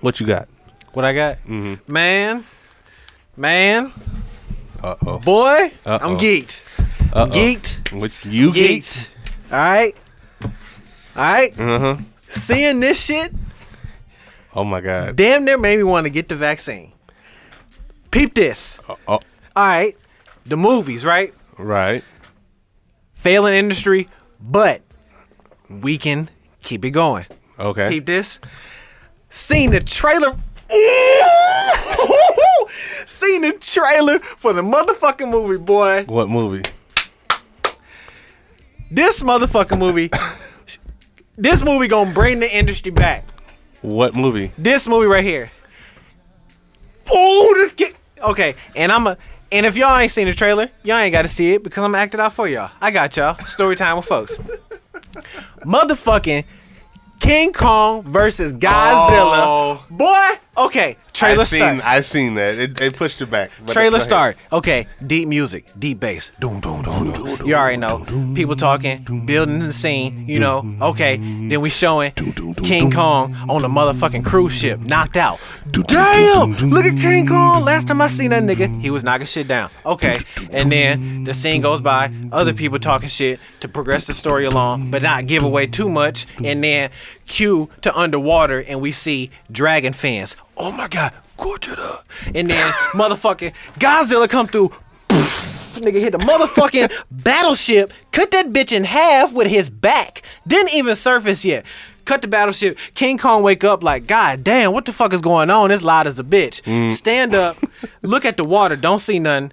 what you got? What I got? Mm-hmm. Man. Man. Uh oh. Boy. Uh-oh. I'm geeked. I'm geeked. What you get? Yeet. All right. All right. Uh-huh. Seeing this shit Oh my god. damn near made me want to get the vaccine. Peep this. oh. All right. The movies, right? Right. Failing industry, but we can keep it going. Okay. Peep this. Seen the trailer. *laughs* Ooh! Seen the trailer for the motherfucking movie, boy. what movie? This motherfucking *laughs* movie. this movie gonna bring the industry back. What movie? this movie right here. Oh, this kid. Okay, and I'm a. And if y'all ain't seen the trailer, y'all ain't got to see it because I'm acting out for y'all. I got y'all. Story time with folks. Motherfucking King Kong versus Godzilla. Boy, Okay, trailer Oh. I seen, start. I seen that. It, it pushed it back. But Trailer go ahead. start. Okay, deep music, deep bass. Doom, doom, doom, doom. You already know. People talking, building the scene, you know. Okay, then we showing King Kong on the motherfucking cruise ship, knocked out. Damn! Look at King Kong. Last time I seen that nigga, he was knocking shit down. Okay, and then the scene goes by, other people talking shit to progress the story along, but not give away too much. And then cue to underwater, and we see dragon fans. Oh my god, Gojira. And then motherfucking Godzilla come through. Nigga hit the motherfucking battleship, cut that bitch in half with his back. Didn't even surface yet. Cut the battleship. King Kong wake up like, God damn, what the fuck is going on? It's loud as a bitch. Mm. Stand *laughs* up, look at the water, don't see nothing.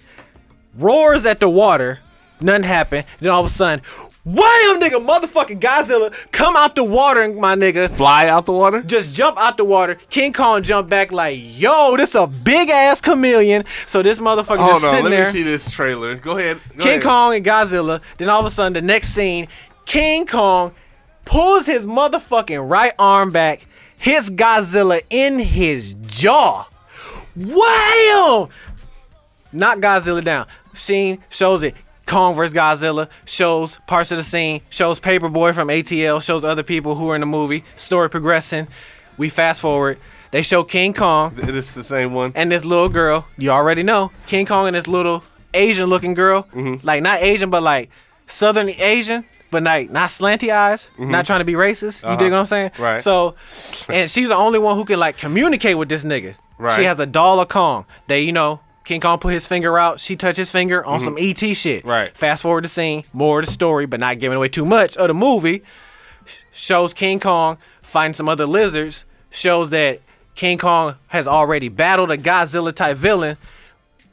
Roars at the water, nothing happened. Then all of a sudden, wham, nigga, motherfucking Godzilla come out the water, my nigga Fly out the water. just jump out the water. King Kong jump back like, yo, this a big ass chameleon. So this motherfucker Hold just on. sitting Oh, Let there. me see this trailer. Go ahead. Go King ahead. Kong and Godzilla. Then all of a sudden, the next scene, King Kong pulls his motherfucking right arm back, hits Godzilla in his jaw. Wow! Knock Godzilla down. Scene shows it. Kong vs. Godzilla shows parts of the scene, shows Paperboy from ATL, shows other people who are in the movie. Story progressing. We fast forward. They show King Kong This is the same one. Mm-hmm. and this little girl, you already know, King Kong and this little Asian looking girl, Mm-hmm. like not Asian, but like Southern Asian, but like not slanty eyes, not trying to be racist. You dig what I'm saying? Mm-hmm. Uh-huh. Right. So, and she's the only one who can like communicate with this nigga. Right. She has a doll of Kong. They, you know, King Kong put his finger out. She touched his finger on some ET shit. Right. Fast forward the scene, more of the story, but not giving away too much of the movie shows King Kong fighting some other lizards, shows that King Kong has already battled a Godzilla type villain.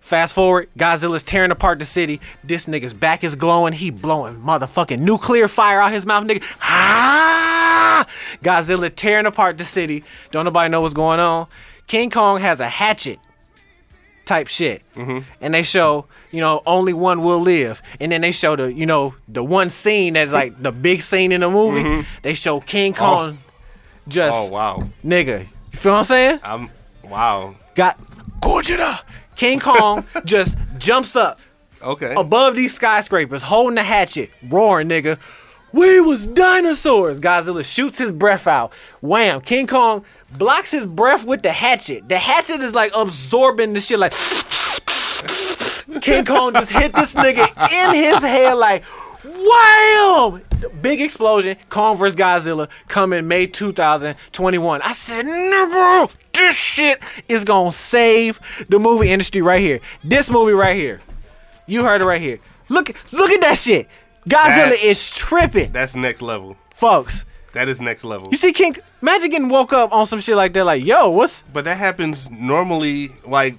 Fast forward, Godzilla's tearing apart the city. This nigga's back is glowing. He blowing motherfucking nuclear fire out his mouth, nigga. Ah! Godzilla tearing apart the city. Don't nobody know what's going on. King Kong has a hatchet type shit. Mm-hmm. And they show, you know, only one will live. And then they show the, you know, the one scene that's like the big scene in the movie. They show King Kong Mm-hmm. Oh just, wow. nigga. You feel what I'm saying? I'm wow. Got Gojira. King Kong just jumps up Okay. above these skyscrapers, holding the hatchet, roaring, nigga. We was dinosaurs. Godzilla shoots his breath out. Wham! King Kong blocks his breath with the hatchet. The hatchet is like absorbing the shit. Like King Kong just hit this nigga in his head. Like wham! Big explosion. Kong vs Godzilla coming May 2021. I said, nigga, this shit is gonna save the movie industry right here. This movie right here. You heard it right here. Look, look at that shit. Godzilla That's- is tripping, That's next level. folks. That is next level. You see, King, imagine getting woke up on some shit like that. Like, yo, what's But that happens normally. Like,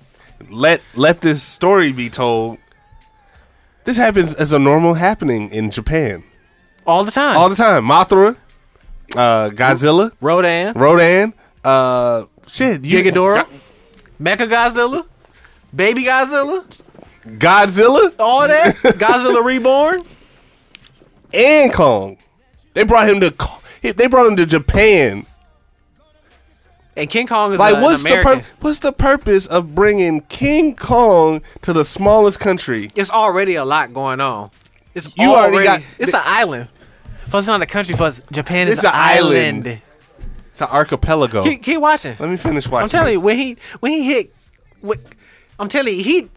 let let this story be told. This happens as a normal happening in Japan all the time? all the time. Mothra, uh, Godzilla, Rodan, Rodan, uh, shit, you, Gigadora, Mecha Godzilla, Baby Godzilla, Go- Godzilla, all that. Godzilla Reborn. and Kong. They brought him to. Ko- They brought him to Japan. And King Kong is uh, Like, an what's American. the pur- what's the purpose of bringing King Kong to the smallest country? It's already a lot going on. It's You already, already got- it's an island. Plus, it's not a country. Plus, Japan is It's an an island. island. It's an archipelago. Keep, keep watching. Let me finish watching. I'm telling this. you, when he when he hit, when, I'm telling you, he.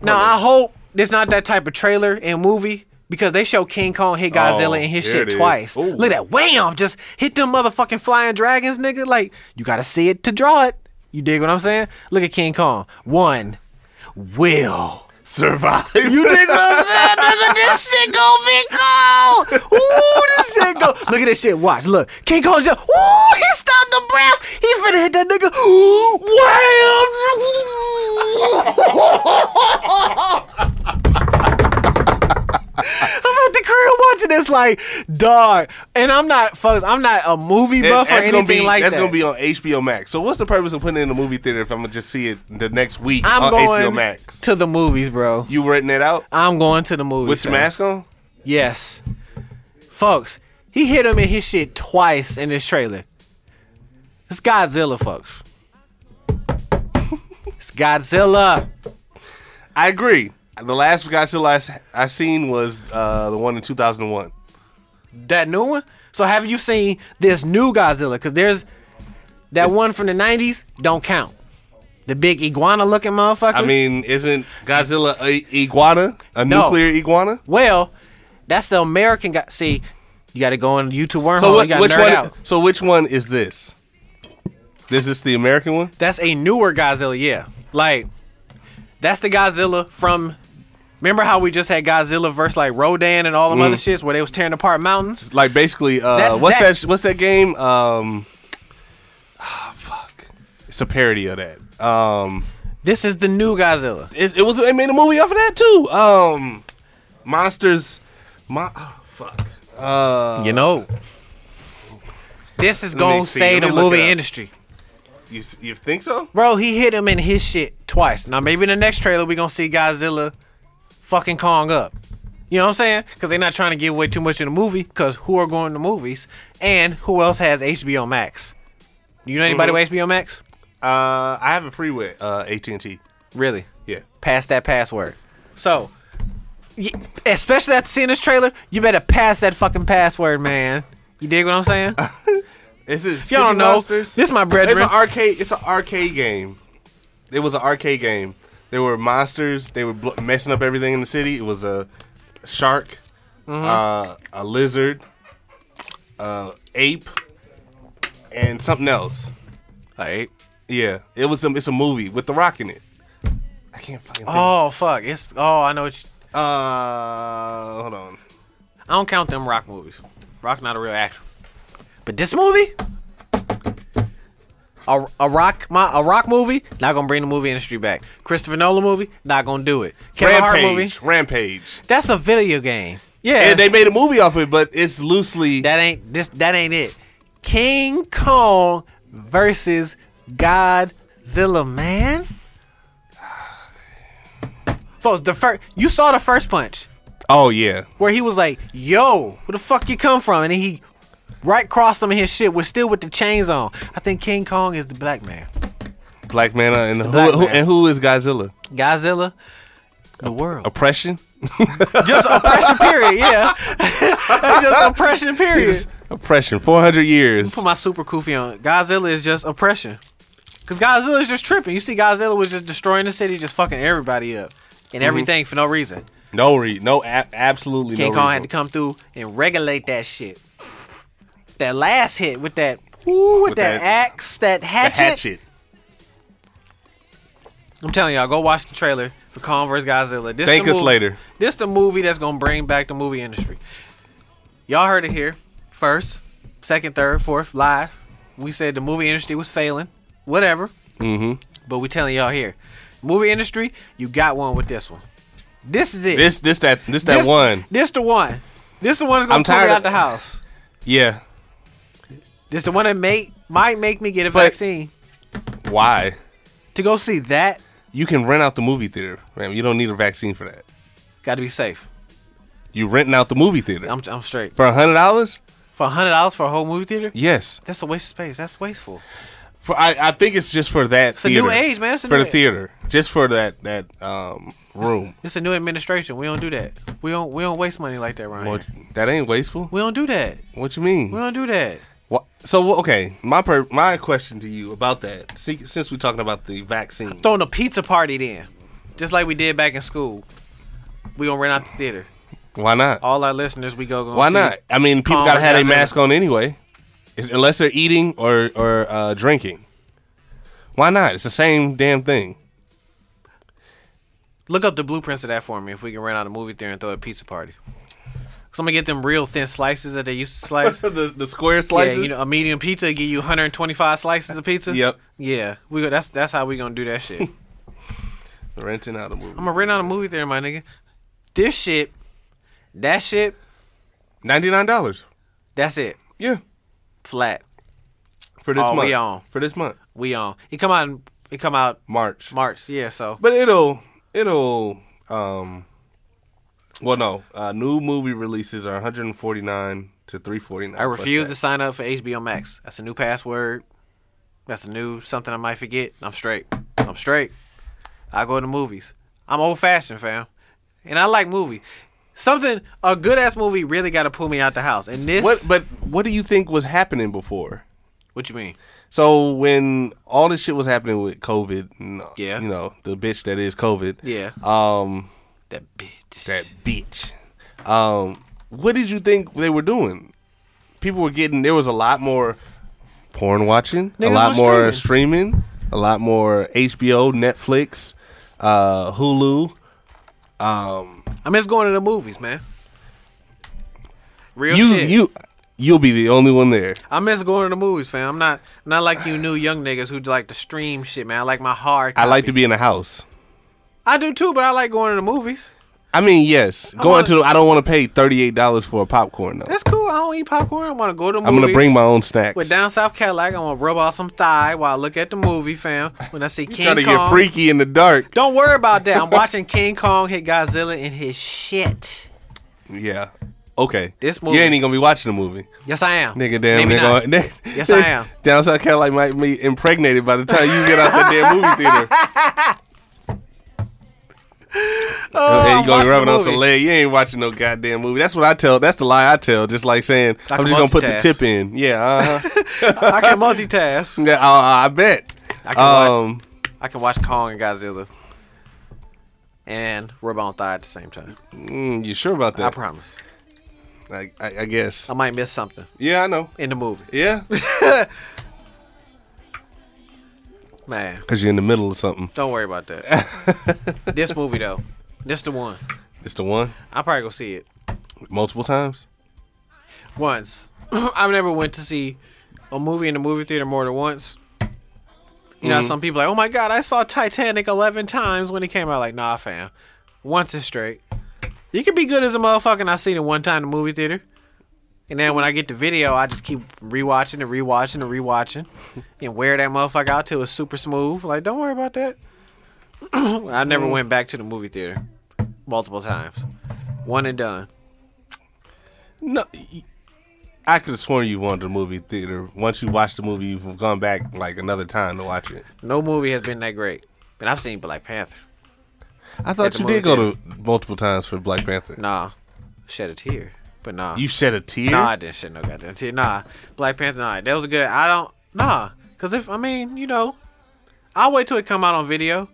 Now I hope there's not that type of trailer and movie because they show King Kong hit Godzilla Oh, and his here shit it is. twice. Ooh. Look at that, wham! Just hit them motherfucking flying dragons, nigga. Like you gotta see it to draw it. You dig what I'm saying? Look at King Kong. One, will. *laughs* survive. You dig Nigga, this shit gon' be cold. Ooh, this shit go. Look at this shit. Watch. Look. King Kong just. Ooh, he stopped the breath. He finna hit that nigga. Wham! I'm at the crib watching this like, dog. And I'm not, fuck, I'm not a movie buff or that's anything gonna be like that's that. gonna be on HBO Max. So what's the purpose of putting it in the movie theater if I'm gonna just see it the next week I'm on going HBO Max? to the movies, bro. You renting it out I'm going to the movies. with your fam. mask on? Yes. Folks, *laughs* he hit him in his shit twice in this trailer. It's Godzilla, folks. Godzilla. I agree. The last Godzilla I, I seen was uh, the one in 2001. That new one. So have you seen this new Godzilla? Because there's that one from the '90s. Don't count. The big iguana looking motherfucker. I mean, isn't Godzilla a iguana? A No. nuclear iguana? well, that's the American guy. See, you got to go on YouTube wormhole. So Oh, you what, got to which nerd one? out. So which one is this? This is the American one. That's a newer Godzilla. Yeah, like that's the Godzilla from. Remember how we just had Godzilla versus like Rodan and all them Mm. other shits where they was tearing apart mountains? Like basically, uh, That's what's that. that. What's that game? Um, ah, fuck. It's a parody of that. Um, This is the new Godzilla. it, it was. They made a movie off of that too. Um, monsters. Mon- oh, fuck. you know, this is me gonna see. save Uh, Let the me look it movie up. industry, You you think so? bro. He hit him in his shit twice. Now maybe in the next trailer we gonna see Godzilla fucking Kong up. You know what I'm saying? Because they're not trying to give away too much in the movie. Because who are going to movies and who else has HBO Max? You know Mm-hmm. anybody with HBO Max? Uh, I have a free with uh AT and T. Really? Yeah. Pass that password. So, y- especially after seeing this trailer, you better pass that fucking password, man. You dig what I'm saying? *laughs* Is it Y'all City don't know. Monsters? This my brethren. It's an arcade. It's an arcade game. It was an arcade game. There were monsters. They were bl- messing up everything in the city. It was a shark, Mm-hmm. uh, a lizard, uh, ape, and something else. Like, Yeah, it was. A, it's a movie with the rock in it. I can't fucking. Think. oh fuck, it's oh I know what you. Uh, hold on. I don't count them rock movies. Rock not a real actor, but this movie, a, a rock my a rock movie not gonna bring the movie industry back. Christopher Nolan movie not gonna do it. Kevin Hart Rampage. movie Rampage. that's a video game. Yeah, And they made a movie off it, but it's loosely. That ain't this. That ain't it. King Kong versus Godzilla, man. *sighs* Folks, the first you saw the first punch oh yeah. where he was like, "Yo, where the fuck you come from?" and then he right crossed him in his shit. was still with the chains on. I think King Kong is the black man. Black man uh, and who, black who man. and who is Godzilla? Godzilla, the *laughs* world. *laughs* Oppression. Just oppression period. Yeah, *laughs* That's just oppression period. Oppression. Four hundred years. put my super koofy on. Godzilla is just oppression. Cause Godzilla is just tripping. You see, Godzilla was just destroying the city, just fucking everybody up Mm-hmm. and everything for no reason. No re. No. ab- absolutely King no. Kong reason. had to come through and regulate that shit. That last hit with that, ooh, with, With that, that- axe, that The hatchet. hatchet. I'm telling y'all, go watch the trailer for Kong vs Godzilla. This Thank the us movie- later. This the movie that's gonna bring back the movie industry. Y'all heard it here first, second, third, fourth, live. We said the movie industry was failing, whatever. Mm-hmm. But we telling y'all here, movie industry, you got one with this one. This is it. This. This. That. This. That This- one. This the one. This the one that's gonna I'm pull me tired out of- the house. Yeah. This the one that may might make me get a But- vaccine Why? to go see that. You can rent out the movie theater, man. You don't need a vaccine for that. Got to be safe. You renting out the movie theater I'm I'm straight for a hundred dollars? for hundred dollars for a whole movie theater. Yes. That's a waste of space. That's wasteful. For I, I think it's just for that. a theater. new age, man. It's a for new the age. theater, just for that that um room. It's a new administration. We don't do that. We don't we don't waste money like that, Ryan. What- that ain't wasteful. We don't do that. What you mean? We don't do that. Wha- So okay, my per- my question to you about that. See, since we're talking about the vaccine, Throwing a pizza party then. Just like we did back in school. We gonna rent out the theater. why not? All our listeners we go gonna Why see. not? I mean, people Kong gotta have a versus Godzilla. mask on anyway, It's- unless they're eating or or uh, drinking. Why not? It's the same damn thing. Look up the blueprints of that for me if we can rent out a movie theater and throw a pizza party. Cause I'm gonna get them real thin slices that they used to *laughs* slice. *laughs* the the square yeah, slices. you know, a medium pizza give you 125 slices of pizza. Yep. Yeah, we go. That's that's how we gonna do that shit. renting out a movie. I'm gonna rent out a movie theater, my nigga. This shit, that shit, Ninety nine dollars. that's it. Yeah, Flat. for this Oh, we month. on. For this month, We on. It come out. in- It come out March. March. Yeah. So But it'll it'll um. Well, no. Uh, new movie releases are 149 to 349. I refuse to sign up for HBO Max. That's a new password. That's a new something I might forget. I'm straight. I'm straight. I go to the movies. I'm old fashioned, fam, and I like movie. Something a good ass movie really got to pull me out the house. And this, What? what, But what do you think was happening before? you mean? So when all this shit was happening with COVID, and, uh, Yeah. you know the bitch that is COVID, Yeah, um, that bitch. that bitch. Um, what did you think they were doing? People were getting. There was a lot more porn watching, a Niggas lot was more streaming. a lot more HBO, Netflix, uh, Hulu. I miss going to the movies, man. Real you shit. you you'll be the only one there. I miss going to the movies, fam. I'm not not like you new young niggas who like to stream shit, man. I like my hard. I like copy. to be in a house. I do too, but I like going to the movies. I mean, yes, going wanna- to. I don't want to pay thirty eight dollars for a popcorn though. That's cool. I don't eat popcorn. I want to go to the movies. I'm gonna bring my own snacks. With down south Cadillac, I'm gonna rub out some thigh while I look at the movie, fam. When I see King Trying to Kong, get freaky in the dark. don't worry about that. I'm watching King Kong hit Godzilla in his shit. Yeah. Okay. This movie- You ain't even gonna be watching the movie, Yes, I am. nigga. Damn, Maybe nigga. *laughs* not. Yes, I am. Down South Carolina might be impregnated by the time you get out that damn movie *laughs* theater. Oh, hey, I'm you gonna watching be rubbing the on some movie. leg? You ain't watching no goddamn movie. That's what I tell. That's the lie I tell. Just like saying, I I'm can just gonna put the multitask. tip in. Yeah. Uh-huh. *laughs* I can multitask. yeah uh, I, I bet. I can watch- *laughs* um, I can watch Kong and Godzilla and rub on thigh at the same time. mm, you sure about I that? promise. I, I, I guess. I might miss something Yeah, I know. in the movie. *laughs* Yeah. Man, Cause you're in the middle of something. don't worry about that. this movie though, this the one. It's the one I'll probably go see it multiple times. once. *clears throat* I've never went to see a movie in the movie theater more than once. You know, how some people like, oh my god, I saw Titanic eleven times when it came out. Like, nah, fam, once is straight. You can be good as a motherfucker. And I seen it one time in the movie theater, and then when I get the video, I just keep rewatching and rewatching and rewatching, and wear that motherfucker out till it's super smooth. Like, don't worry about that. *clears throat* I never went back to the movie theater multiple times, one and done. No. y- I could have sworn you wanted the movie theater. Once you watch the movie, you've gone back like another time to watch it. No movie has been that great. And I've seen Black Panther. I At thought the you movie did go to multiple times for Black Panther. Nah. Shed a tear. But nah. You shed a tear. nah, I didn't shed no goddamn tear. Nah. Black Panther, nah. That was a good I don't nah. Cause if I mean, you know, I'll wait till it come out on video.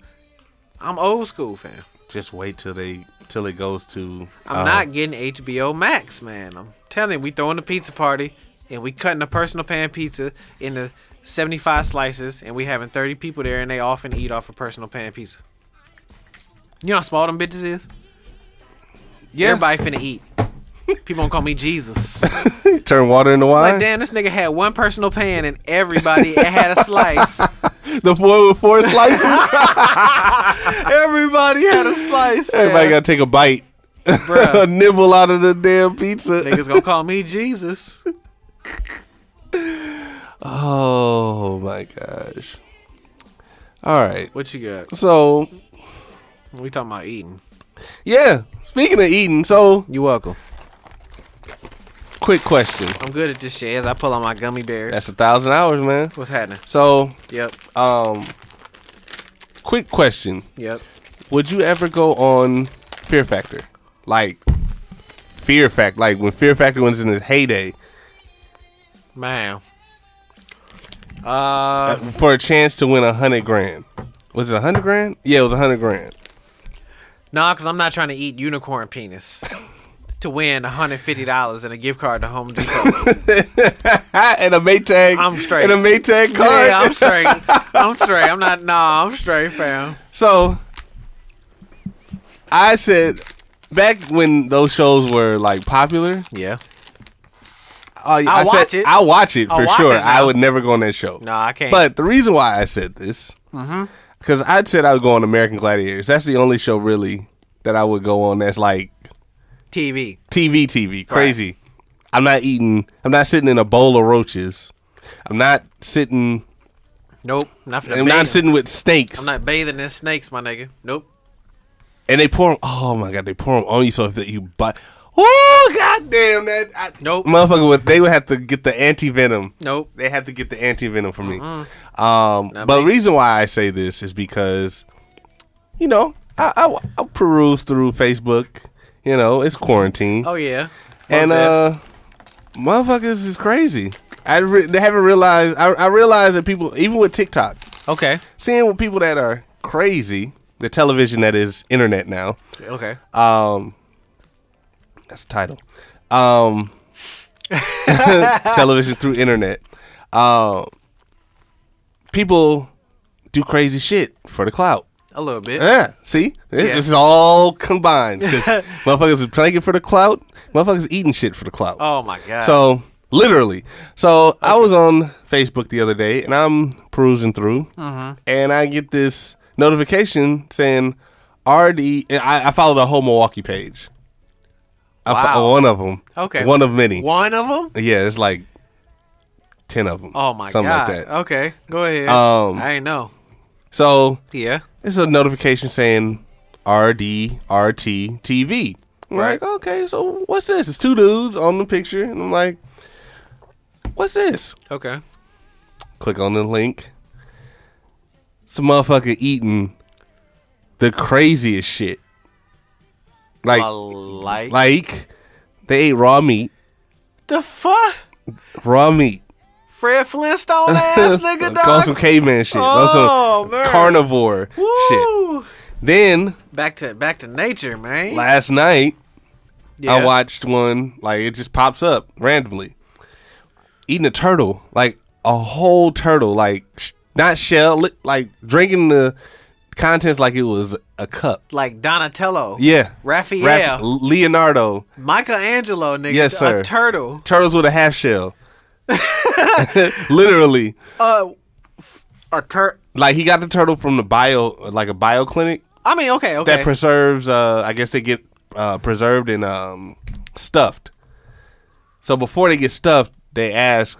I'm old school fam. Just wait till they till it goes to. I'm uh, not getting HBO Max, man. I'm telling you, we throwing a pizza party and we cutting a personal pan pizza into 75 slices and we having 30 people there and they often eat off a personal pan pizza. You know how small them bitches is? Yeah. Everybody finna eat. People gonna call me *laughs* Jesus. Turn water into wine. Like, damn, this nigga had one personal pan and everybody had a *laughs* slice. the four with *laughs* four slices. Everybody had a slice. fam. Everybody got *laughs* to take a bite, a Bruh, nibble out of the damn pizza. Niggas gonna call me Jesus. Oh my gosh. All right. What you got? So We talking about eating. yeah. Speaking of eating, so You welcome. quick question. I'm good at this shit as I pull on my gummy bears. That's a thousand hours, man. What's happening? So Yep, um, quick question. yep. Would you ever go on Fear Factor? Like Fear Factor, like when Fear Factor was in its heyday, Man. Uh, for a chance to win a hundred grand. Was it a hundred grand? Yeah, it was a hundred grand. *laughs* nah, cause I'm not trying to eat unicorn penis to win $150 and a gift card to Home *laughs* Depot. and a Maytag. I'm straight. And a Maytag card. yeah, I'm straight. I'm straight. I'm not. Nah, I'm straight, fam. *laughs* so I said back when those shows were like popular, Yeah. I, I watch said, it. I watch it I'll for watch sure. it now. I would never go on that show. No, I can't. Uh-huh. But the reason why I said this, because I said I would go on American Gladiators. That's the only show really that I would go on that's like TV. TV, TV, crazy. I'm not eating. I'm not sitting in a bowl of roaches. I'm not sitting. Nope. Not for the I'm not bathing. sitting with snakes. I'm not bathing in snakes, my nigga. Nope. and they pour 'em- Oh my god, they pour them on you so that you butt. Oh goddamn that! I, Nope. motherfucker. Would, they would have to get the anti venom. Nope. They have to get the anti venom for me. Um, but the reason why I say this is because you know, I, I I peruse through Facebook. You know, it's quarantine, Oh yeah. and that. uh, motherfuckers is crazy. I re- they haven't realized. I, I realize that people, even with TikTok, Okay. seeing with people that are crazy, the television that is internet now. Okay. Uh, That's the title. Um, *laughs* television through internet. Um, people do crazy shit for the clout. a little bit. Yeah, see, This- Yeah. this is all combined because *laughs* motherfuckers is playing it for the clout. Motherfuckers eating shit for the clout. Oh my god. So literally, so I was on Facebook the other day and I'm perusing through, Mm-hmm. and I get this notification saying RD. and I, I follow the whole Milwaukee page. I fo- Wow. one of them. Okay. One of many. one of them. Yeah, it's like ten of them. Oh my something god. like that. Okay. Go ahead. Um, I ain't know. So Yeah. it's a notification saying RD RT TV. I'm like, okay, so what's this? It's two dudes on the picture, and I'm like, what's this? Okay. Click on the link. Some motherfucker eating the craziest shit. Like, I like, like they ate raw meat, the fuck. *laughs* raw meat. Fred Flintstone *laughs* ass nigga dog. Call some caveman shit. Call Oh, some man. carnivore shit. Woo. Then Back to back to nature, man. last night, yeah. I watched one like it just pops up randomly. Eating a turtle, like a whole turtle, like sh- not shell, li- like drinking the contents like it was a cup. like Donatello. Yeah, Raphael. Raph- Leonardo, Michelangelo, nigga. Yes, sir. A turtle. turtles with a half shell. *laughs* Literally, Uh, A tur. like he got the turtle from the bio, like a bio clinic I mean, okay, okay. that preserves. Uh, I guess they get uh, preserved and um, stuffed. So before they get stuffed, they ask,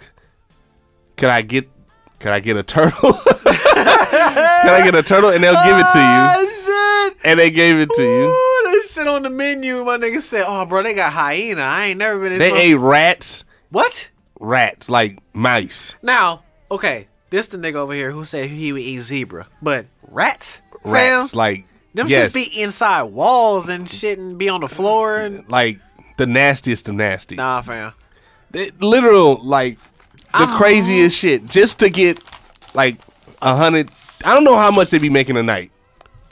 "Can I get? Can I get a turtle? *laughs* can I get a turtle?" And they'll give it to you. Ah, shit. And they gave it *laughs* to you. Ooh, they shit on the menu. My nigga said, "Oh, bro, they got hyena. I ain't never been." in They some- ate rats, what? rats like mice, Now, okay, this the nigga over here who said he would eat zebra, but rats, rats fam, like them yes, shits be inside walls and shit and be on the floor and like the nastiest of nasty. nah, fam. They- literal like the craziest shit just to get like a hundred. I don't know how much they be making a night.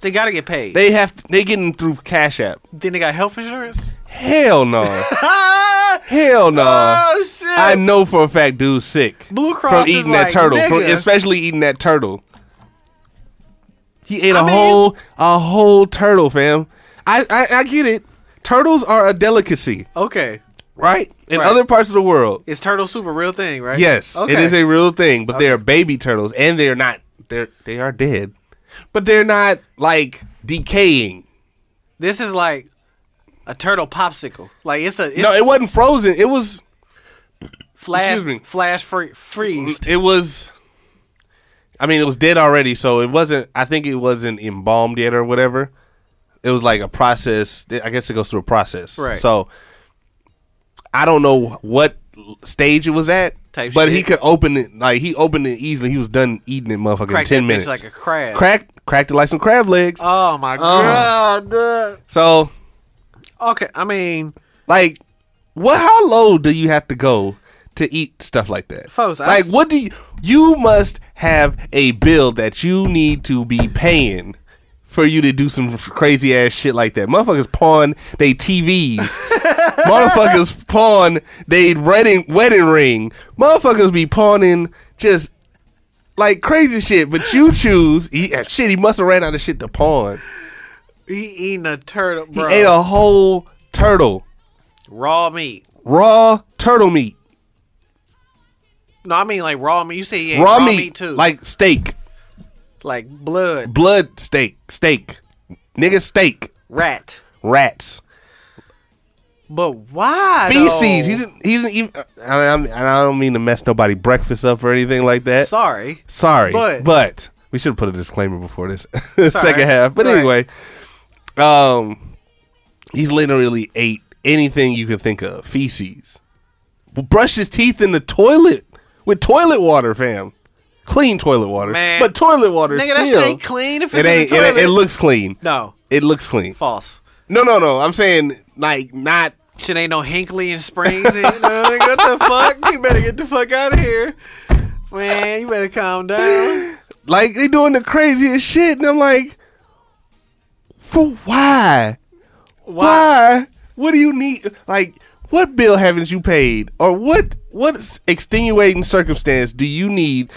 They gotta get paid. They have they getting through Cash App. then they got health insurance. *laughs* Hell no. Ah, Hell no. oh shit! Uh, I know for a fact dude's sick. Blue Cross from is eating that like, turtle. From nigga. especially eating that turtle. He ate a I mean- whole a whole turtle, fam. I, I I get it. Turtles are a delicacy, okay, right? In Right. other parts of the world. is turtle soup a real thing, right? Yes, okay. it is a real thing, but they are baby turtles and they're not they're they are dead. But they're not like decaying. this is like a turtle popsicle. Like it's a it's No, it wasn't frozen. It was flash excuse me. Mm, flash free, freeze. It was. I mean, it was dead already, so it wasn't. I think it wasn't embalmed yet or whatever. It was like a process. I guess it goes through a process. Right. So I don't know what stage it was at, Type but he shit. could open it. Like he opened it easily. He was done eating it, motherfucker, Crack in ten that bitch minutes. like a crab. Cracked, cracked it like some crab legs. Oh my Uh. god. dude. so Okay, I mean, Like, what? How low do you have to go to eat stuff like that? Folks, I like, s- what do you? You must have a bill that you need to be paying for you to do some crazy ass shit like that. Motherfuckers pawn they *laughs* TVs. Motherfuckers pawn they wedding wedding ring. Motherfuckers be pawning just. Like crazy shit, but you choose he, shit. He must have ran out of shit to pawn. he eating a turtle, He bro. ate a whole turtle, raw meat. raw turtle meat. No, I mean like raw meat. You say he ate raw, raw, meat, too, like steak, like blood, blood steak, steak, nigga steak, rat. rats, But why? feces. though? He's he's even. And I'm- and I don't mean to mess nobody breakfast up or anything like that. sorry. Sorry, But- but, we should have put a disclaimer before this *laughs* second alright. half. But Right. anyway, um, he's literally ate anything you can think of. Feces, brushed his teeth in the toilet with toilet water, fam. clean toilet water, Man. but toilet water Nigga, still. that shit ain't clean if it's it ain't. in the It, toilet. it looks clean. no It looks clean. false. No, no, no. I'm saying like not. Shit ain't no Hinkley and Springs. in it, no, nigga, *laughs* what the fuck? You better get the fuck out of here, man. You better calm down. Like they doing the craziest shit, and I'm like, for why? Why? What do you need? Like, what bill haven't you paid, or what what s- extenuating circumstance do you need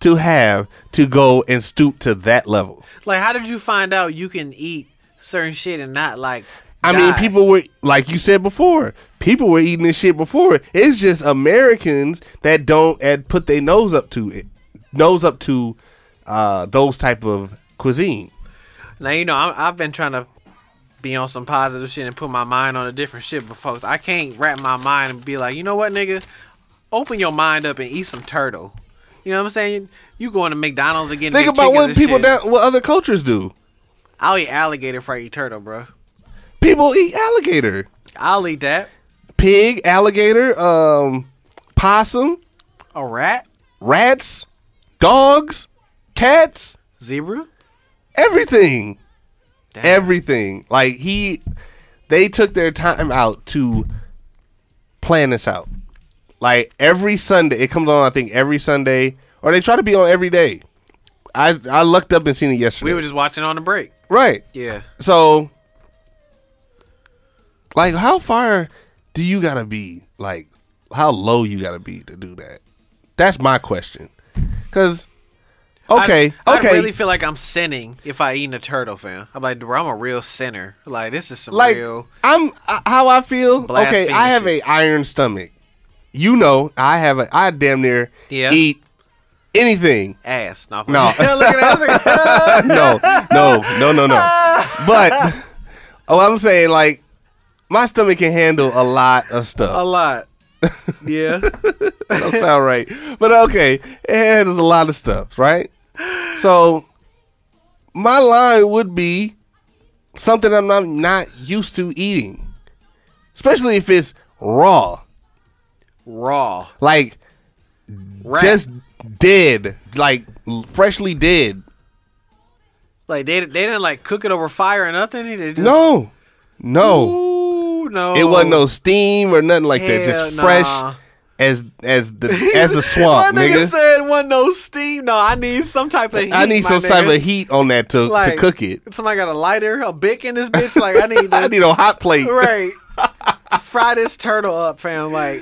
to have to go and stoop to that level? Like, how did you find out you can eat certain shit and not like? I mean, die? people were like you said before. People were eating this shit before. It's just Americans that don't and put their nose up to it, nose up to uh, those type of cuisine. Now you know I'm, I've been trying to be on some positive shit and put my mind on a different shit, but folks, I can't wrap my mind and be like, you know what, nigga, open your mind up and eat some turtle. You know what I'm saying? You going to McDonald's and getting Think big about chickens what and people shit. down, what other cultures do. I'll eat alligator for eat turtle, bro. People eat alligator, I'll eat that. pig, alligator, um, possum, A rat, rats, dogs, cats, zebra. everything, everything. Like he, they took their time out to plan this out. Like every Sunday, it comes on. I think every Sunday, or they try to be on every day. I I looked up and seen it yesterday. We were just watching on the break. right. Yeah. So, like, how far do you gotta be? Like, how low you gotta be to do that? That's my question. Cause, okay, I, okay, I really feel like I'm sinning if I eat a turtle, fam. I'm like, bro, I'm a real sinner. Like this is some like real. I'm I, how I feel. Blasphemy Okay, I have shit. a iron stomach. You know, I have a I damn near Yeah. eat anything. ass. No, No. *laughs* look at that. no, no, no, no, no. *laughs* But oh, I'm saying like my stomach can handle a lot of stuff. a *laughs* lot. Yeah, don't sound right. But okay, it handles a lot of stuff, right? So my line would be something I'm not, not used to eating, especially if it's raw, raw. like Rat. just dead, like l- freshly dead. like they they didn't like cook it over fire or nothing. They just, No, no, Ooh, no. it wasn't no steam or nothing like that. Hell Just fresh nah. as as the *laughs* as the My swamp, nigga, nigga. said wasn't no steam. No, I need some type of. Heat, I need my some nigga. type of heat on that to to Like, cook it. Somebody got a lighter, a bic in this bitch. Like I *laughs* need. I to- need a hot plate. *laughs* right. Fry this turtle up, fam. Like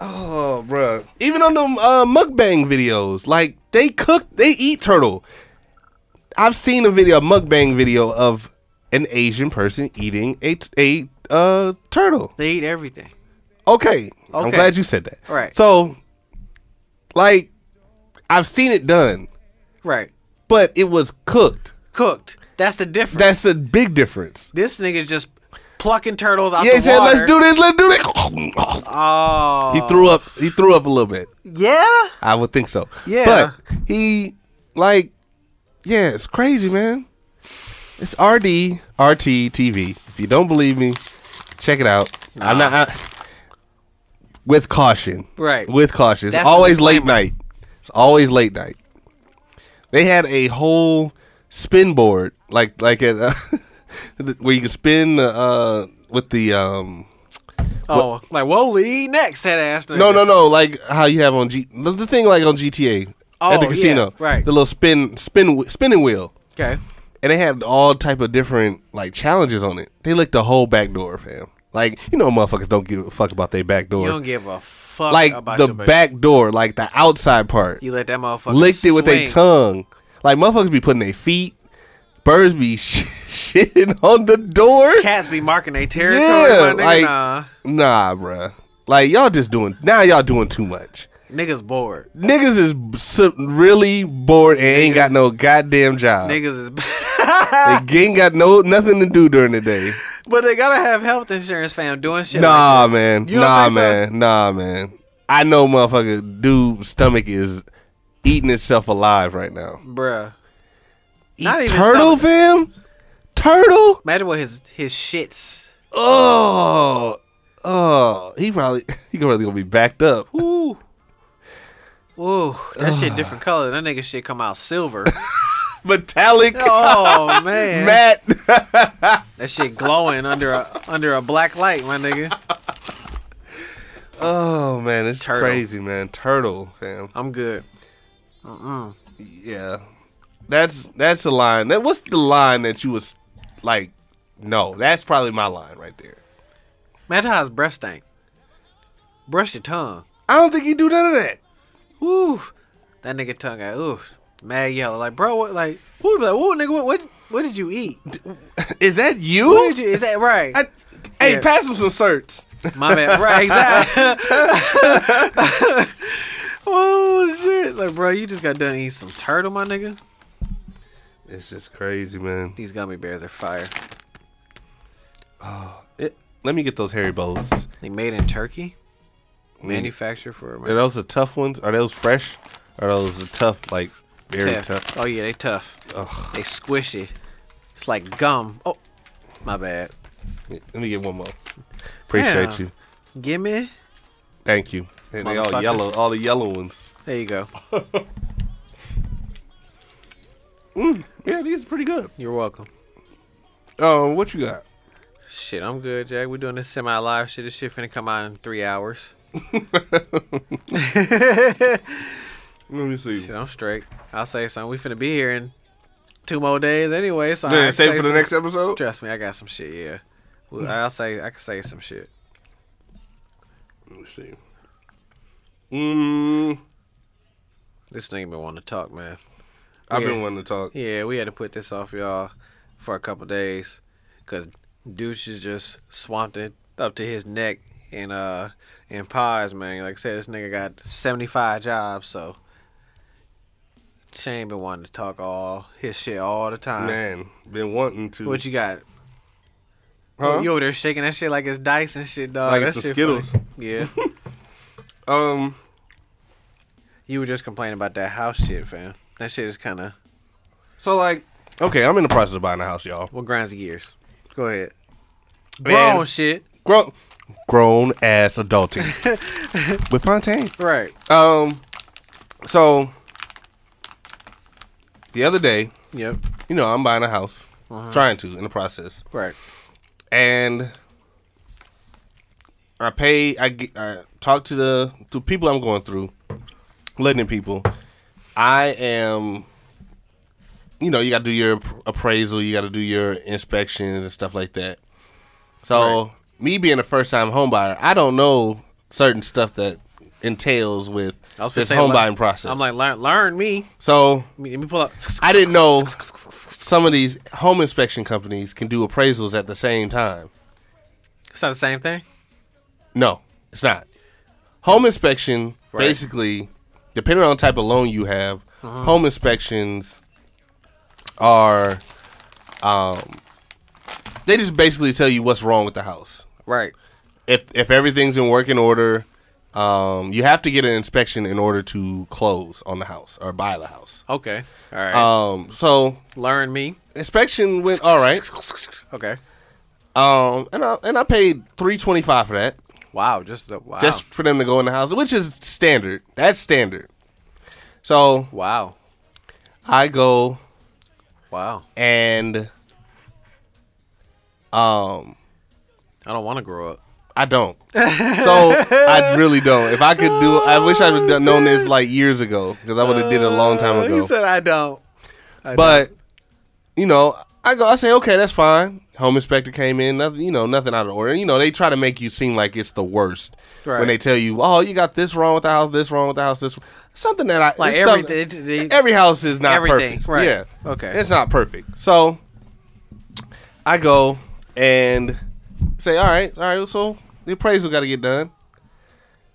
Oh, bruh. Even on them uh, mukbang videos, like they cook, they eat turtle. I've seen a video, a mukbang video of an Asian person eating a, t- a uh, turtle. they eat everything. Okay. I'm Okay. glad you said that. Right. So, like, I've seen it done, Right. but it was cooked. Cooked. That's the difference. That's a big difference. this nigga's just plucking turtles out Yeah, he the said, water. "Let's do this. Let's do this." Oh. he threw up. He threw up a little bit. Yeah. I would think so. Yeah. But he like yeah, it's crazy, man. It's RD RT TV. If you don't believe me, check it out. I'm not I- with caution. Right. With caution. It's That's the always late disclaimer. night. It's always late night. They had a whole spin board like like at *laughs* uh, where you can spin uh with the um Oh, like whoa, Lee next head ass. Nigga. No, no, no. Like how you have on G the, the thing like on GTA at Oh, the yeah, casino, right. The little spin, spin, wh- spinning wheel, Okay. and they had all type of different like challenges on it. They licked the whole back door, fam. Like you know, motherfuckers don't give a fuck about their back You don't door. give a fuck Like about the your baby. back door, like the outside part, You let that motherfucker licked it with their swing. tongue. Like motherfuckers be putting their feet. Birds be *laughs* shitting on the door. Cats be marking their territory. Yeah, Yeah, nigga. like nah, nah, bruh. Like y'all just doing now. Y'all doing too much. niggas bored. Niggas is b- su- really bored and ain't got no goddamn job. Niggas is, *laughs* They ain't got no nothing to do during the day. but they gotta have health insurance, fam. Doing shit. Nah, like this. man. You don't Nah, think so? man. Nah, man. I know, motherfucker. Dude, stomach is eating itself alive right now. bruh. Eat Not even turtle, stomach. fam. Turtle. Imagine what his his shits. *laughs* Oh, oh. He probably he probably gonna be backed up. Ooh, Whoa, that shit different color. That nigga shit come out *laughs* silver. Metallic Oh man, Matt. *laughs* that shit glowing under a under a black light, my nigga. Oh man, it's Turtle. crazy, man. Turtle, fam. I'm good. Yeah, that's that's the line. That what's the line that you was like? No, that's probably my line right there. Imagine how his breath stank. Brush your tongue. I don't think he do none of that. Woo, that nigga tongue got ooh mad yellow. Like bro, what like who like whoa nigga what what what did you eat? Is that you? What did you is that right? I- hey, Yeah. pass him some certs. My bad. Right, exactly. *laughs* oh shit. Like bro, you just got done eating some turtle, my nigga. *laughs* It's just crazy, man. These gummy bears are fire. It, let me get those Harry Bows. They made in Turkey. Manufactured for Are America. those the tough ones? Are those fresh? Are those the tough, like very tough? Oh yeah, they tough. They squishy. It's like gum. Oh, my bad. Let me get one more. Appreciate Yeah. you. Gimme. Thank you. And they all Motherfucker. yellow, all the yellow ones. There you go. Yeah, these are pretty good. You're welcome. Um, what you got? Shit, I'm good, Jack. We're doing this semi live shit. This shit finna come out in three hours. Let me see. Shit, I'm straight. I'll say something. We finna be here in two more days anyway. So Man, I'll save it say for the some- next episode. Trust me, I got some shit. Yeah, well, I'll say I can say some shit. Let me see. Mm, This nigga been wanting to talk, man. I've Yeah. been wanting to talk. Yeah, we had to put this off, y'all, for a couple days, cause douche is just swamped it up to his neck in uh in pies, man. Like I said, this nigga got seventy five jobs, so Shane been wanting to talk all his shit all the time. Man, been wanting to. What you got? Huh? You over there shaking that shit like it's dice and shit, dog. Like that it's some shit Skittles. funny. Yeah, *laughs* um, you were just complaining about that house shit, fam. That shit is kind of so like, okay, I'm in the process of buying a house, y'all. what grinds the gears. Go ahead. Man. Wrong shit. Grown, grown ass adulting *laughs* with Fontaine. Right. Um, so the other day, Yep. you know, I'm buying a house, Uh-huh. trying to in the process, Right. and I pay. I get, I talk to the to people I'm going through, letting people. I am. You know, you got to do your app- appraisal. You got to do your inspections and stuff like that. So, me being a first time home buyer, I don't know certain stuff that entails with I was gonna this say, home like- buying process. I'm like, learn, learn me. so Let me, let me pull up. I *laughs* didn't know some of these home inspection companies can do appraisals at the same time. It's not the same thing. No, it's not. Home inspection Right. basically, depending on the type of loan you have, home inspections are um they just basically tell you what's wrong with the house. Right. If if everything's in working order, um you have to get an inspection in order to close on the house or buy the house. Okay. All right. Um so learn me. inspection went all right. Okay. Um and I and I paid 325 for that. Wow. Just the, wow. just for them to go in the house, which is standard. That's standard. So wow. I go Wow. and I don't want to grow up. I don't. *laughs* So I really don't. If I could do, I wish I would have known this like years ago because I would have did it a long time Oh, You ago. said I don't. I But you know, I go. I say, okay, that's fine. Home inspector came in. Nothing, you know, nothing out of order. You know, they try to make you seem like it's the worst Right. when they tell you, oh, you got this wrong with the house, this wrong with the house, this something that I Like it's stuff- everything- they- every house is not Everything, perfect. right. Yeah. Okay. It's not perfect. So I go and say, all right, all right. So the appraisal got to get done.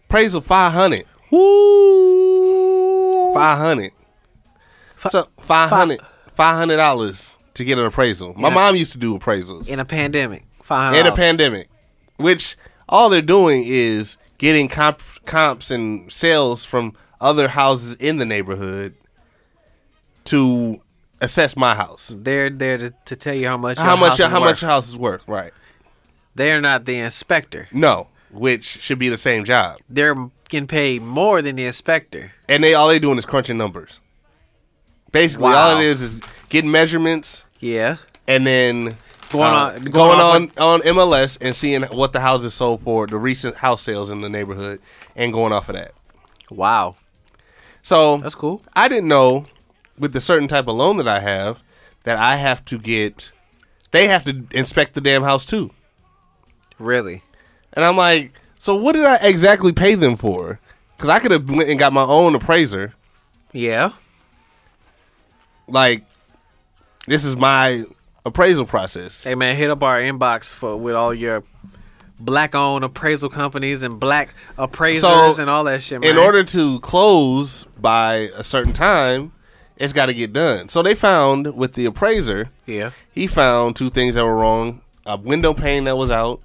Appraisal five hundred. Woo. Five hundred. So five hundred. Five hundred dollars to get an appraisal. My In a- mom used to do appraisals in a pandemic. Fine. in a pandemic, which all they're doing is getting comp- comps and sales from other houses in the neighborhood to assess my house. They're there to, to tell you how much. how your much? house is How much worth. your house is worth? Right? They're not the inspector. No, which should be the same job. They're getting paid more than the inspector. and they all they doing is crunching numbers. Basically, all Wow. it is is getting measurements Yeah. and then Going uh, on- going going off on on MLS and seeing what the houses sold for, the recent house sales in the neighborhood, and going off of that. Wow. So That's cool. I didn't know with the certain type of loan that I have that I have to get. They have to inspect the damn house too, Really. and I'm like, so what did I exactly pay them for? Because I could have went and got my own appraiser. Yeah. Like, this is my appraisal process. Hey man, hit up our inbox for with all your black owned appraisal companies and black appraisers So, and all that shit, man. in order to close by a certain time, it's got to get done. So they found with the appraiser, Yeah. he found two things that were wrong: a window pane that was out,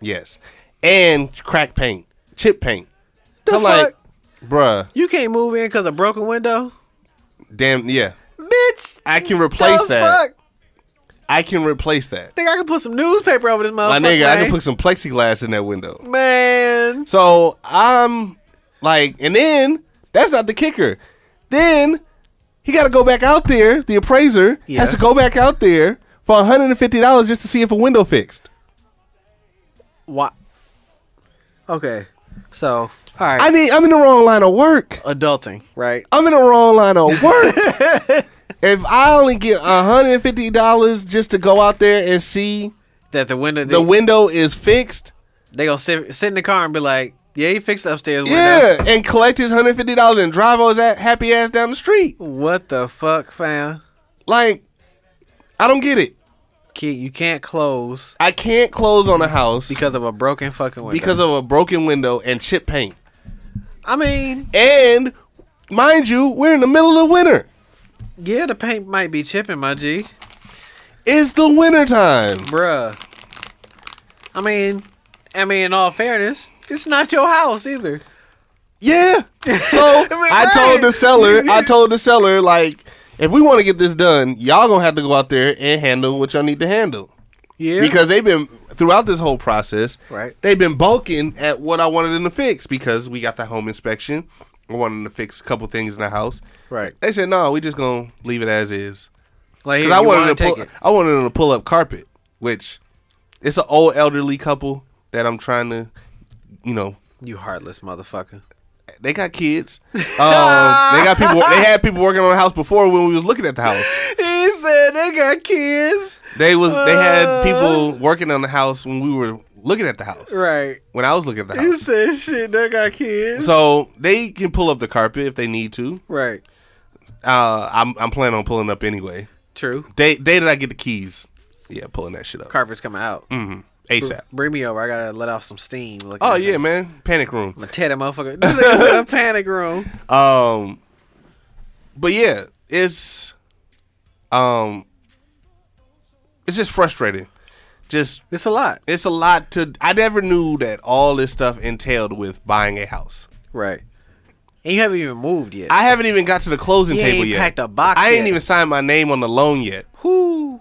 yes, and crack paint, chip paint. The I'm fuck? like, bruh, You can't move in because of broken window? damn, yeah, Bitch. I can replace the that. Fuck? I can replace that. Think I can put some newspaper over this My motherfucker. nigga, I can eh? put some plexiglass in that window. Man. So I'm like, and then that's not the kicker. Then he got to go back out there. The appraiser Yeah. has to go back out there for one hundred and fifty dollars just to see if a window fixed. Why? Okay. So, all right. I mean, I'm in the wrong line of work. Adulting, right? I'm in the wrong line of work. if I only get hundred and fifty dollars just to go out there and see That the window, the window is fixed, they gonna sit, sit in the car and be like, "Yeah, you fixed the upstairs window." yeah, and collect his hundred fifty dollars and drive all his a- happy ass down the street, What the fuck, fam? like I don't get it. Kid, you can't close I can't close on a house because, because of a broken fucking window. of a broken window and chip paint. I mean, And mind you, we're in the middle of winter. yeah, the paint might be chipping, my G, It's the winter time. bruh. I mean, I mean, in all fairness, it's not your house either. Yeah. So *laughs* I told the seller, I told the seller, like, if we want to get this done, y'all gonna have to go out there and handle what y'all need to handle. Yeah, Because they've been throughout this whole process, Right. They've been bulking at what I wanted them to fix because we got the home inspection. I wanted them to fix a couple things in the house. Right. They said, no, we just gonna leave it as is. like Because I want wanted to to take pull, it. I wanted them to pull up carpet, which it's an old elderly couple that I'm trying to, you know, You heartless motherfucker. *laughs* they got kids. Um, they got people. They had people working on the house before when we was looking at the house. He said they got kids, They was they Uh. had people working on the house when we were looking at the house. right? When I was looking at the You house. said shit, they got kids. So they can pull up the carpet if they need to. right. Uh, I'm I'm planning on pulling up anyway. True. Day day that I get the keys, yeah, pulling that shit up Carpet's coming out. ASAP. Bring me over. I gotta let off some steam. Look Oh at yeah, that. man, panic room. I'ma tear that motherfucker. This nigga's in a panic room. Um, but yeah, it's um, it's just frustrating. Just It's a lot. it's a lot to. I never knew that all this stuff entailed with buying a house. Right. And you haven't even moved yet. I haven't even got to the closing You table ain't yet. packed a box I ain't yet. even signed my name on the loan yet. Whoo.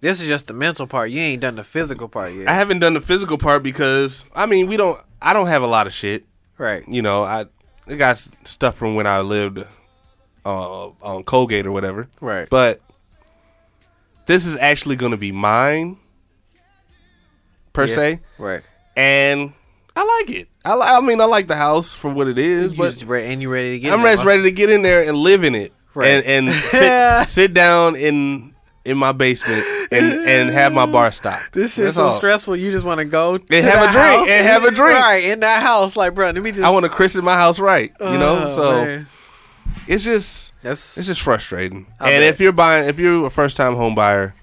This is just the mental part. You ain't done the physical part yet. I haven't done the physical part because I mean we don't. I don't have a lot of shit. right. You know, I I got s- stuff from when I lived uh, on Colgate or whatever. Right. But this is actually going to be mine, per Yeah. se, Right. and I like it. I, li- I mean, I like the house for what it is, You but just re- and you ready to get? I'm there, just huh? ready to get in there and live in it, Right. *laughs* and and sit, sit down in in my basement and and have my bar *laughs* stocked. This shit's That's so all. stressful. You just want to go and have a drink, and have a drink. *laughs* Right in that house, like bro. Let me just. I want to christen my house right, you know. Oh, so man. it's just that's It's just frustrating. I and bet. if you're buying, if you're a first time home buyer,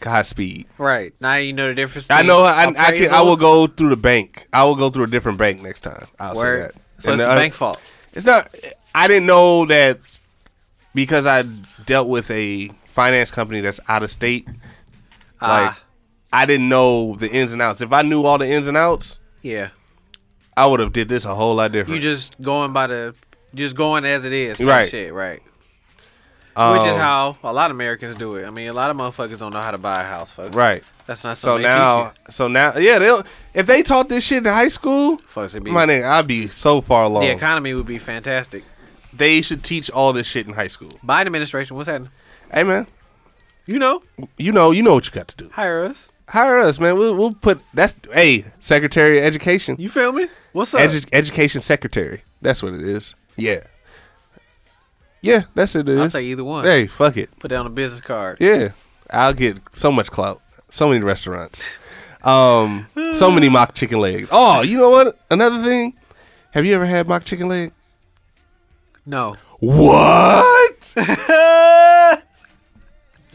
Godspeed. right. Now you know the difference. I know I, between I can. I appraisal- will go through the bank. I will go through a different bank next time. I'll Word. say that. So And it's the other- bank fault. It's not. I didn't know that because I dealt with a finance company that's out of state. Like Ah. I didn't know the ins and outs. If I knew all the ins and outs, Yeah. I would have did this a whole lot different. You just going by the just going as it is. type Right. Shit, right. Which Um, is how a lot of Americans do it. I mean, a lot of motherfuckers don't know how to buy a house, folks. Right. That's not So something they now, teach so now, yeah, they'll if they taught this shit in high school, you. Folks, it'd be, my nigga, I'd be so far along. the economy would be fantastic. they should teach all this shit in high school. Biden administration, what's happening? Hey man, You know, you know, you know what you got to do. hire us. Hire us, man. We'll, we'll put that's hey Secretary of Education, You feel me? What's up? Edu- Education Secretary. That's what it is. Yeah, yeah, that's what it is. I'll take either one. Hey, fuck it. Put down a business card. Yeah, I'll get so much clout. So many restaurants. Um, so many mock chicken legs. Oh, you know what? Another thing. Have you ever had mock chicken leg? *laughs* No. What? *laughs*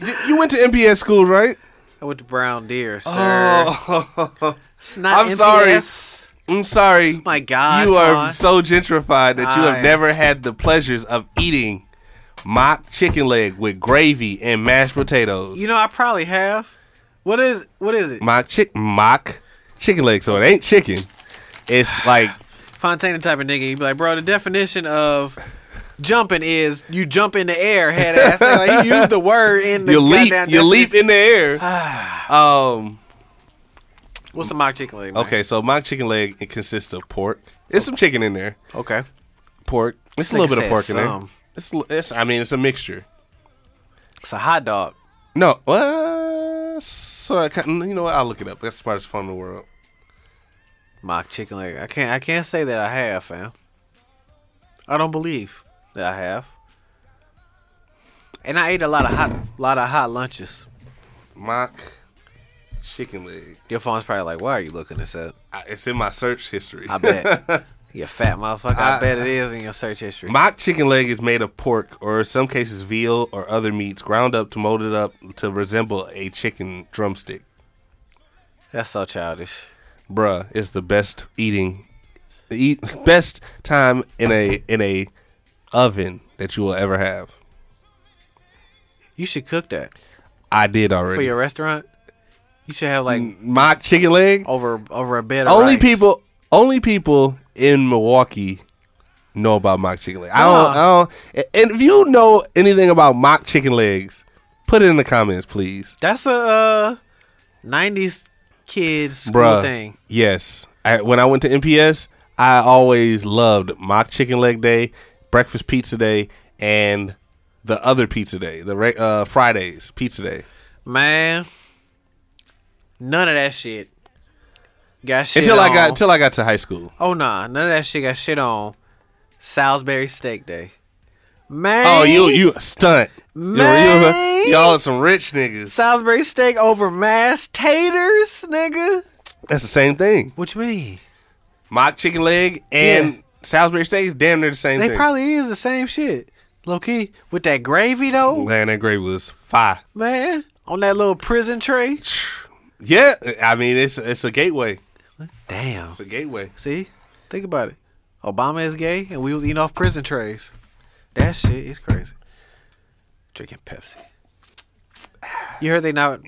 Y- you went to MPS school, right? I went to Brown Deer, sir. it's *laughs* Oh. I'm not sorry. MPS. I'm sorry. Oh My God, you are Mon. so gentrified that you I- have never had the pleasures of eating mock chicken leg with gravy and mashed potatoes. You know, I probably have. What is what is it? mock chick mock chicken leg. So it ain't chicken. *sighs* It's like Fontana type of nigga. You'd be like, bro, the definition of jumping is you jump in the air, head ass. nigga. Like, you use the word in the you leap, goddamn you leap definition. in the air. *sighs* um. What's a mock chicken leg? man? Okay, so mock chicken leg it consists of pork. It's some chicken in there. Okay. Pork. It's a Nigga little bit of said pork in there. some. It's, li- it's. I mean, it's a mixture. It's a hot dog. No. Uh, so I, ca- you know what? I'll look it up. That's the smartest phone in the world. Mock chicken leg. I can't I can't say that I have, fam. I don't believe that I have. And I ate a lot of hot lot of hot lunches. Mock chicken leg. Your phone's probably like, why are you looking this up? I, it's in my search history. *laughs* I bet. you fat motherfucker. I, I- bet it is in your search history. Mock chicken leg is made of pork, or in some cases veal or other meats, ground up to mold it up to resemble a chicken drumstick. That's so childish. Bruh, it's the best eating, eat, *laughs* best time in a in a oven that you will ever have. You should cook that I did for already. your restaurant. You should have like Mock chicken leg. over over a bed. Of Mm. only rice. people, only people in Milwaukee know about mock chicken leg. I don't, I don't. And if you know anything about mock chicken legs, put it in the comments, please. That's a uh, '90s kids school Bruh, thing. Yes. I, when I went to MPS, I always loved mock chicken leg day, breakfast pizza day, and the other pizza day, the re- uh, Fridays pizza day. Man, none of that shit got shit until I got on- until I got to high school. oh nah, none of that shit got shit on Salisbury Steak Day. Man, Oh, you you a stunt. You- you- Man. y'all are some rich niggas. Salisbury steak over mashed taters, nigga. That's the same thing. What you mean? Mock chicken leg and Yeah. Salisbury steak is damn near the same They thing. probably is the same shit. Low key with that gravy though, Man, that gravy was fire. man. On that little prison tray. Yeah, I mean it's it's a gateway. Damn. It's a gateway. See, think about it. Obama is gay, and we was eating off prison trays. That shit is crazy. Drinking Pepsi. You heard they not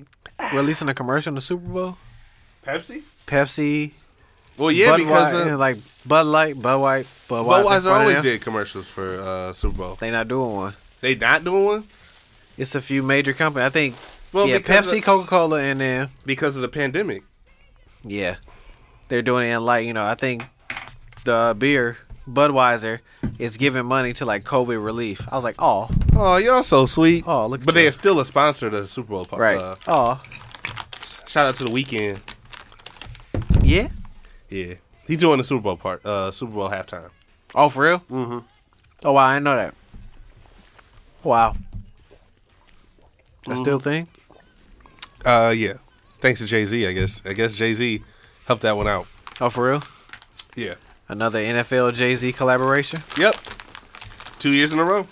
releasing a commercial in the Super Bowl? Pepsi. Pepsi, Well, yeah, Bud because White, uh, and, like Bud Light, Bud White, Bud White. Budweiser always did commercials for uh, Super Bowl. They not doing one. They not doing one It's a few major companies. I think. Well, yeah, because uh, Pepsi, of- Coca Cola, and then because of the pandemic. yeah, they're doing it in like you know. I think the beer Budweiser is giving money to like COVID relief. I was like, oh, Oh, y'all so sweet. Oh, look at But you. they're still a sponsor of the Super Bowl. Part. right, Uh, oh, shout out to the weekend. yeah. Yeah, he's doing the Super Bowl part. Uh, Super Bowl halftime. Oh, for real? Mm-hmm. Oh wow, I didn't know that. Wow. That still a thing? Uh, yeah. Thanks to Jay Z, I guess. I guess Jay Z helped that one out. Oh, for real? Yeah. Another NFL Jay Z collaboration? Yep. Two years in a row.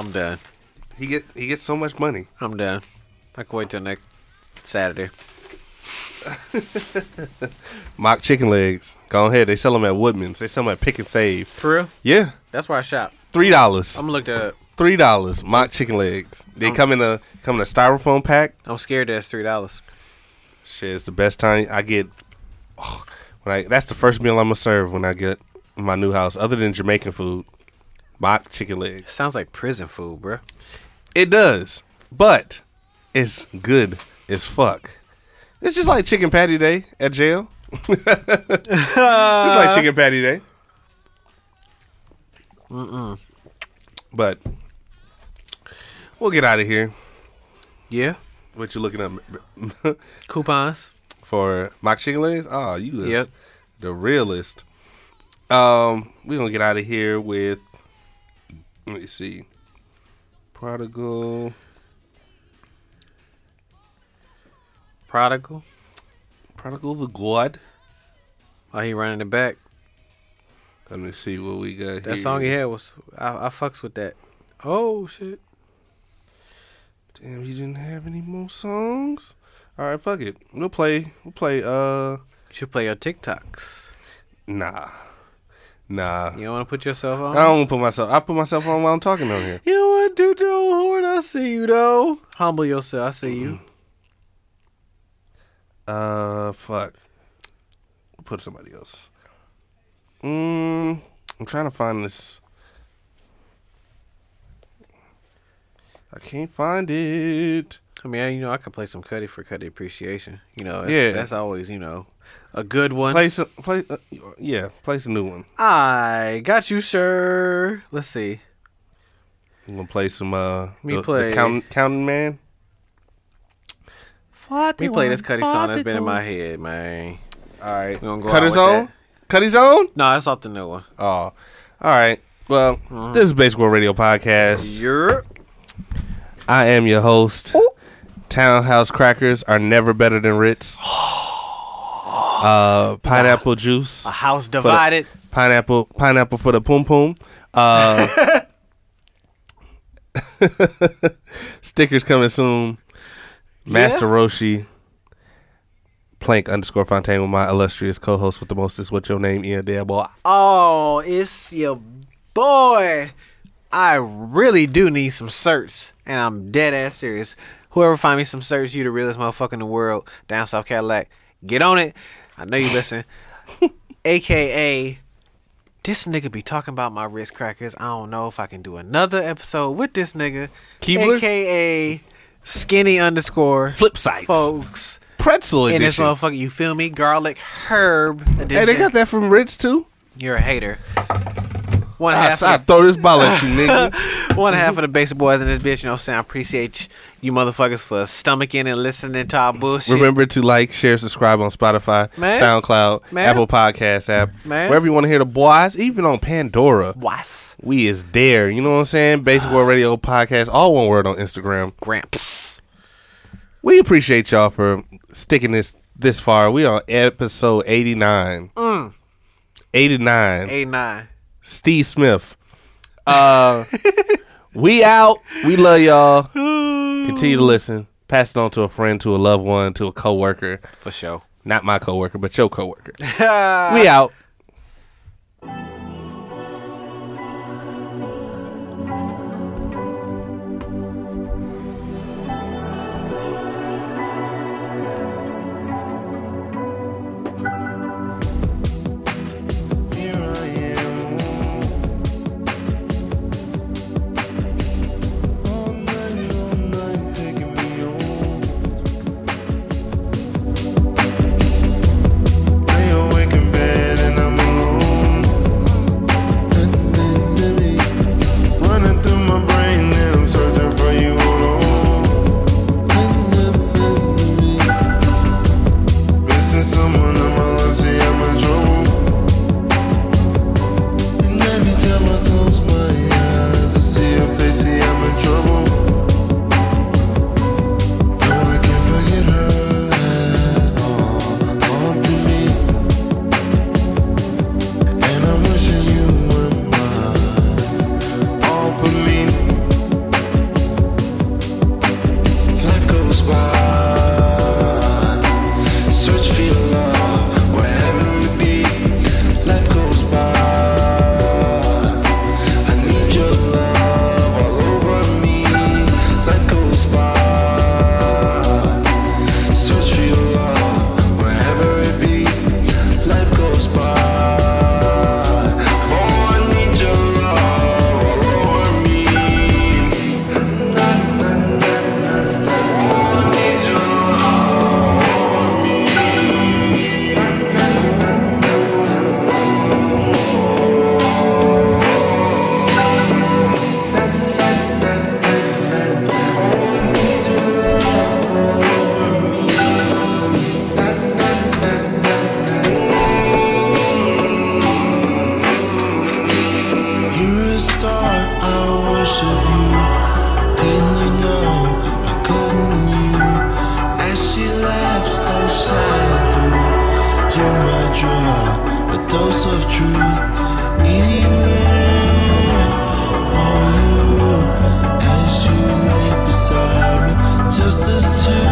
I'm done. He get he gets so much money. I'm done. I can wait till next Saturday. Mock chicken legs. Go ahead. They sell them at Woodman's. They sell them at Pick and Save. For real? Yeah. That's where I shop. Three dollars. I'm gonna look that up. three dollars mock chicken legs. They come in a come in a styrofoam pack. I'm scared that it's three dollars. Shit, it's the best time I get. oh, when I that's the first meal I'm gonna serve when I get in my new house, other than Jamaican food. mock chicken legs. Sounds like prison food, bruh. It does, but it's good as fuck. It's just like chicken patty day at jail. *laughs* it's like chicken patty day. But we'll get out of here. Yeah. What you looking up *laughs* Coupons. for mock chicken legs? Oh, you is Yep. the realist. Um, we gonna get out of here with let me see. Prodigal Prodigal. Prodigal the God. Oh, he running it back. Let me see what we got That song he had was I, I fucks with that. Oh shit. Damn, you didn't have any more songs? Alright, fuck it. We'll play we'll play uh You should play your TikToks. nah. Nah. You don't want to put yourself on. I don't wanna put myself I put myself on while I'm talking on here. You want to do your horn? I see you though. Humble yourself. I see you. Uh, fuck. We'll put somebody else. Mm, I'm trying to find this. I can't find it. I mean, you know, I could play some Cuddy for Cuddy appreciation. You know, that's, Yeah. that's always you know a good one. Play some, play, uh, yeah, play some new one. I got you, sir. Let's see. I'm gonna play some. Uh, Me the, play- the count, counting man. We play this Cuddy song that's been in my head, man. All right, gonna go out Cutter's with own. that. Cutter's own. No, that's off the new one. Oh, all right. Well, Uh-huh. this is Baseball Radio Podcast. You're I am your host. Townhouse crackers are never better *sighs* than Ritz. Uh, pineapple juice, a house divided. pineapple, pineapple for the poom poom. Uh, *laughs* stickers coming soon. Master Roshi, Plank underscore Fontaine with my illustrious co-host with the most is what your name is, there boy. Oh, it's your boy. I really do need some certs, and I'm dead ass serious. Whoever find me some certs, you the realest motherfucker in the world. Down South Cadillac, get on it. I know you *laughs* listen. AKA, this nigga be talking about my wrist crackers. I don't know if I can do another episode with this nigga. Keebler? AKA skinny underscore Flip sides, folks. pretzel In this edition. motherfucker, you feel me? Garlic herb. Hey, they edition. got that from Ritz too. You're a hater. One I, half, I of throw this ball at *laughs* you, nigga. the, one half of the basic boys in this bitch. You know what I'm saying? I appreciate you motherfuckers for stomaching and listening to our bullshit. Remember to like, share, subscribe on Spotify, Man. SoundCloud, Man. Apple Podcast app, Man. wherever you want to hear the boys, even on Pandora. Was We is there. You know what I'm saying? Basic World Radio Podcast, all one word on Instagram. Gramps? We appreciate y'all for sticking this this far. We on episode 89. Mm. 89. A nine. Steve Smith. Uh, *laughs* we out. We love y'all. Continue to listen. Pass it on to a friend, to a loved one, to a coworker. For sure. Not my coworker, but your coworker. we out. Lay awake in bed and I dose of truth anywhere. All you, as you lay beside me, just as two.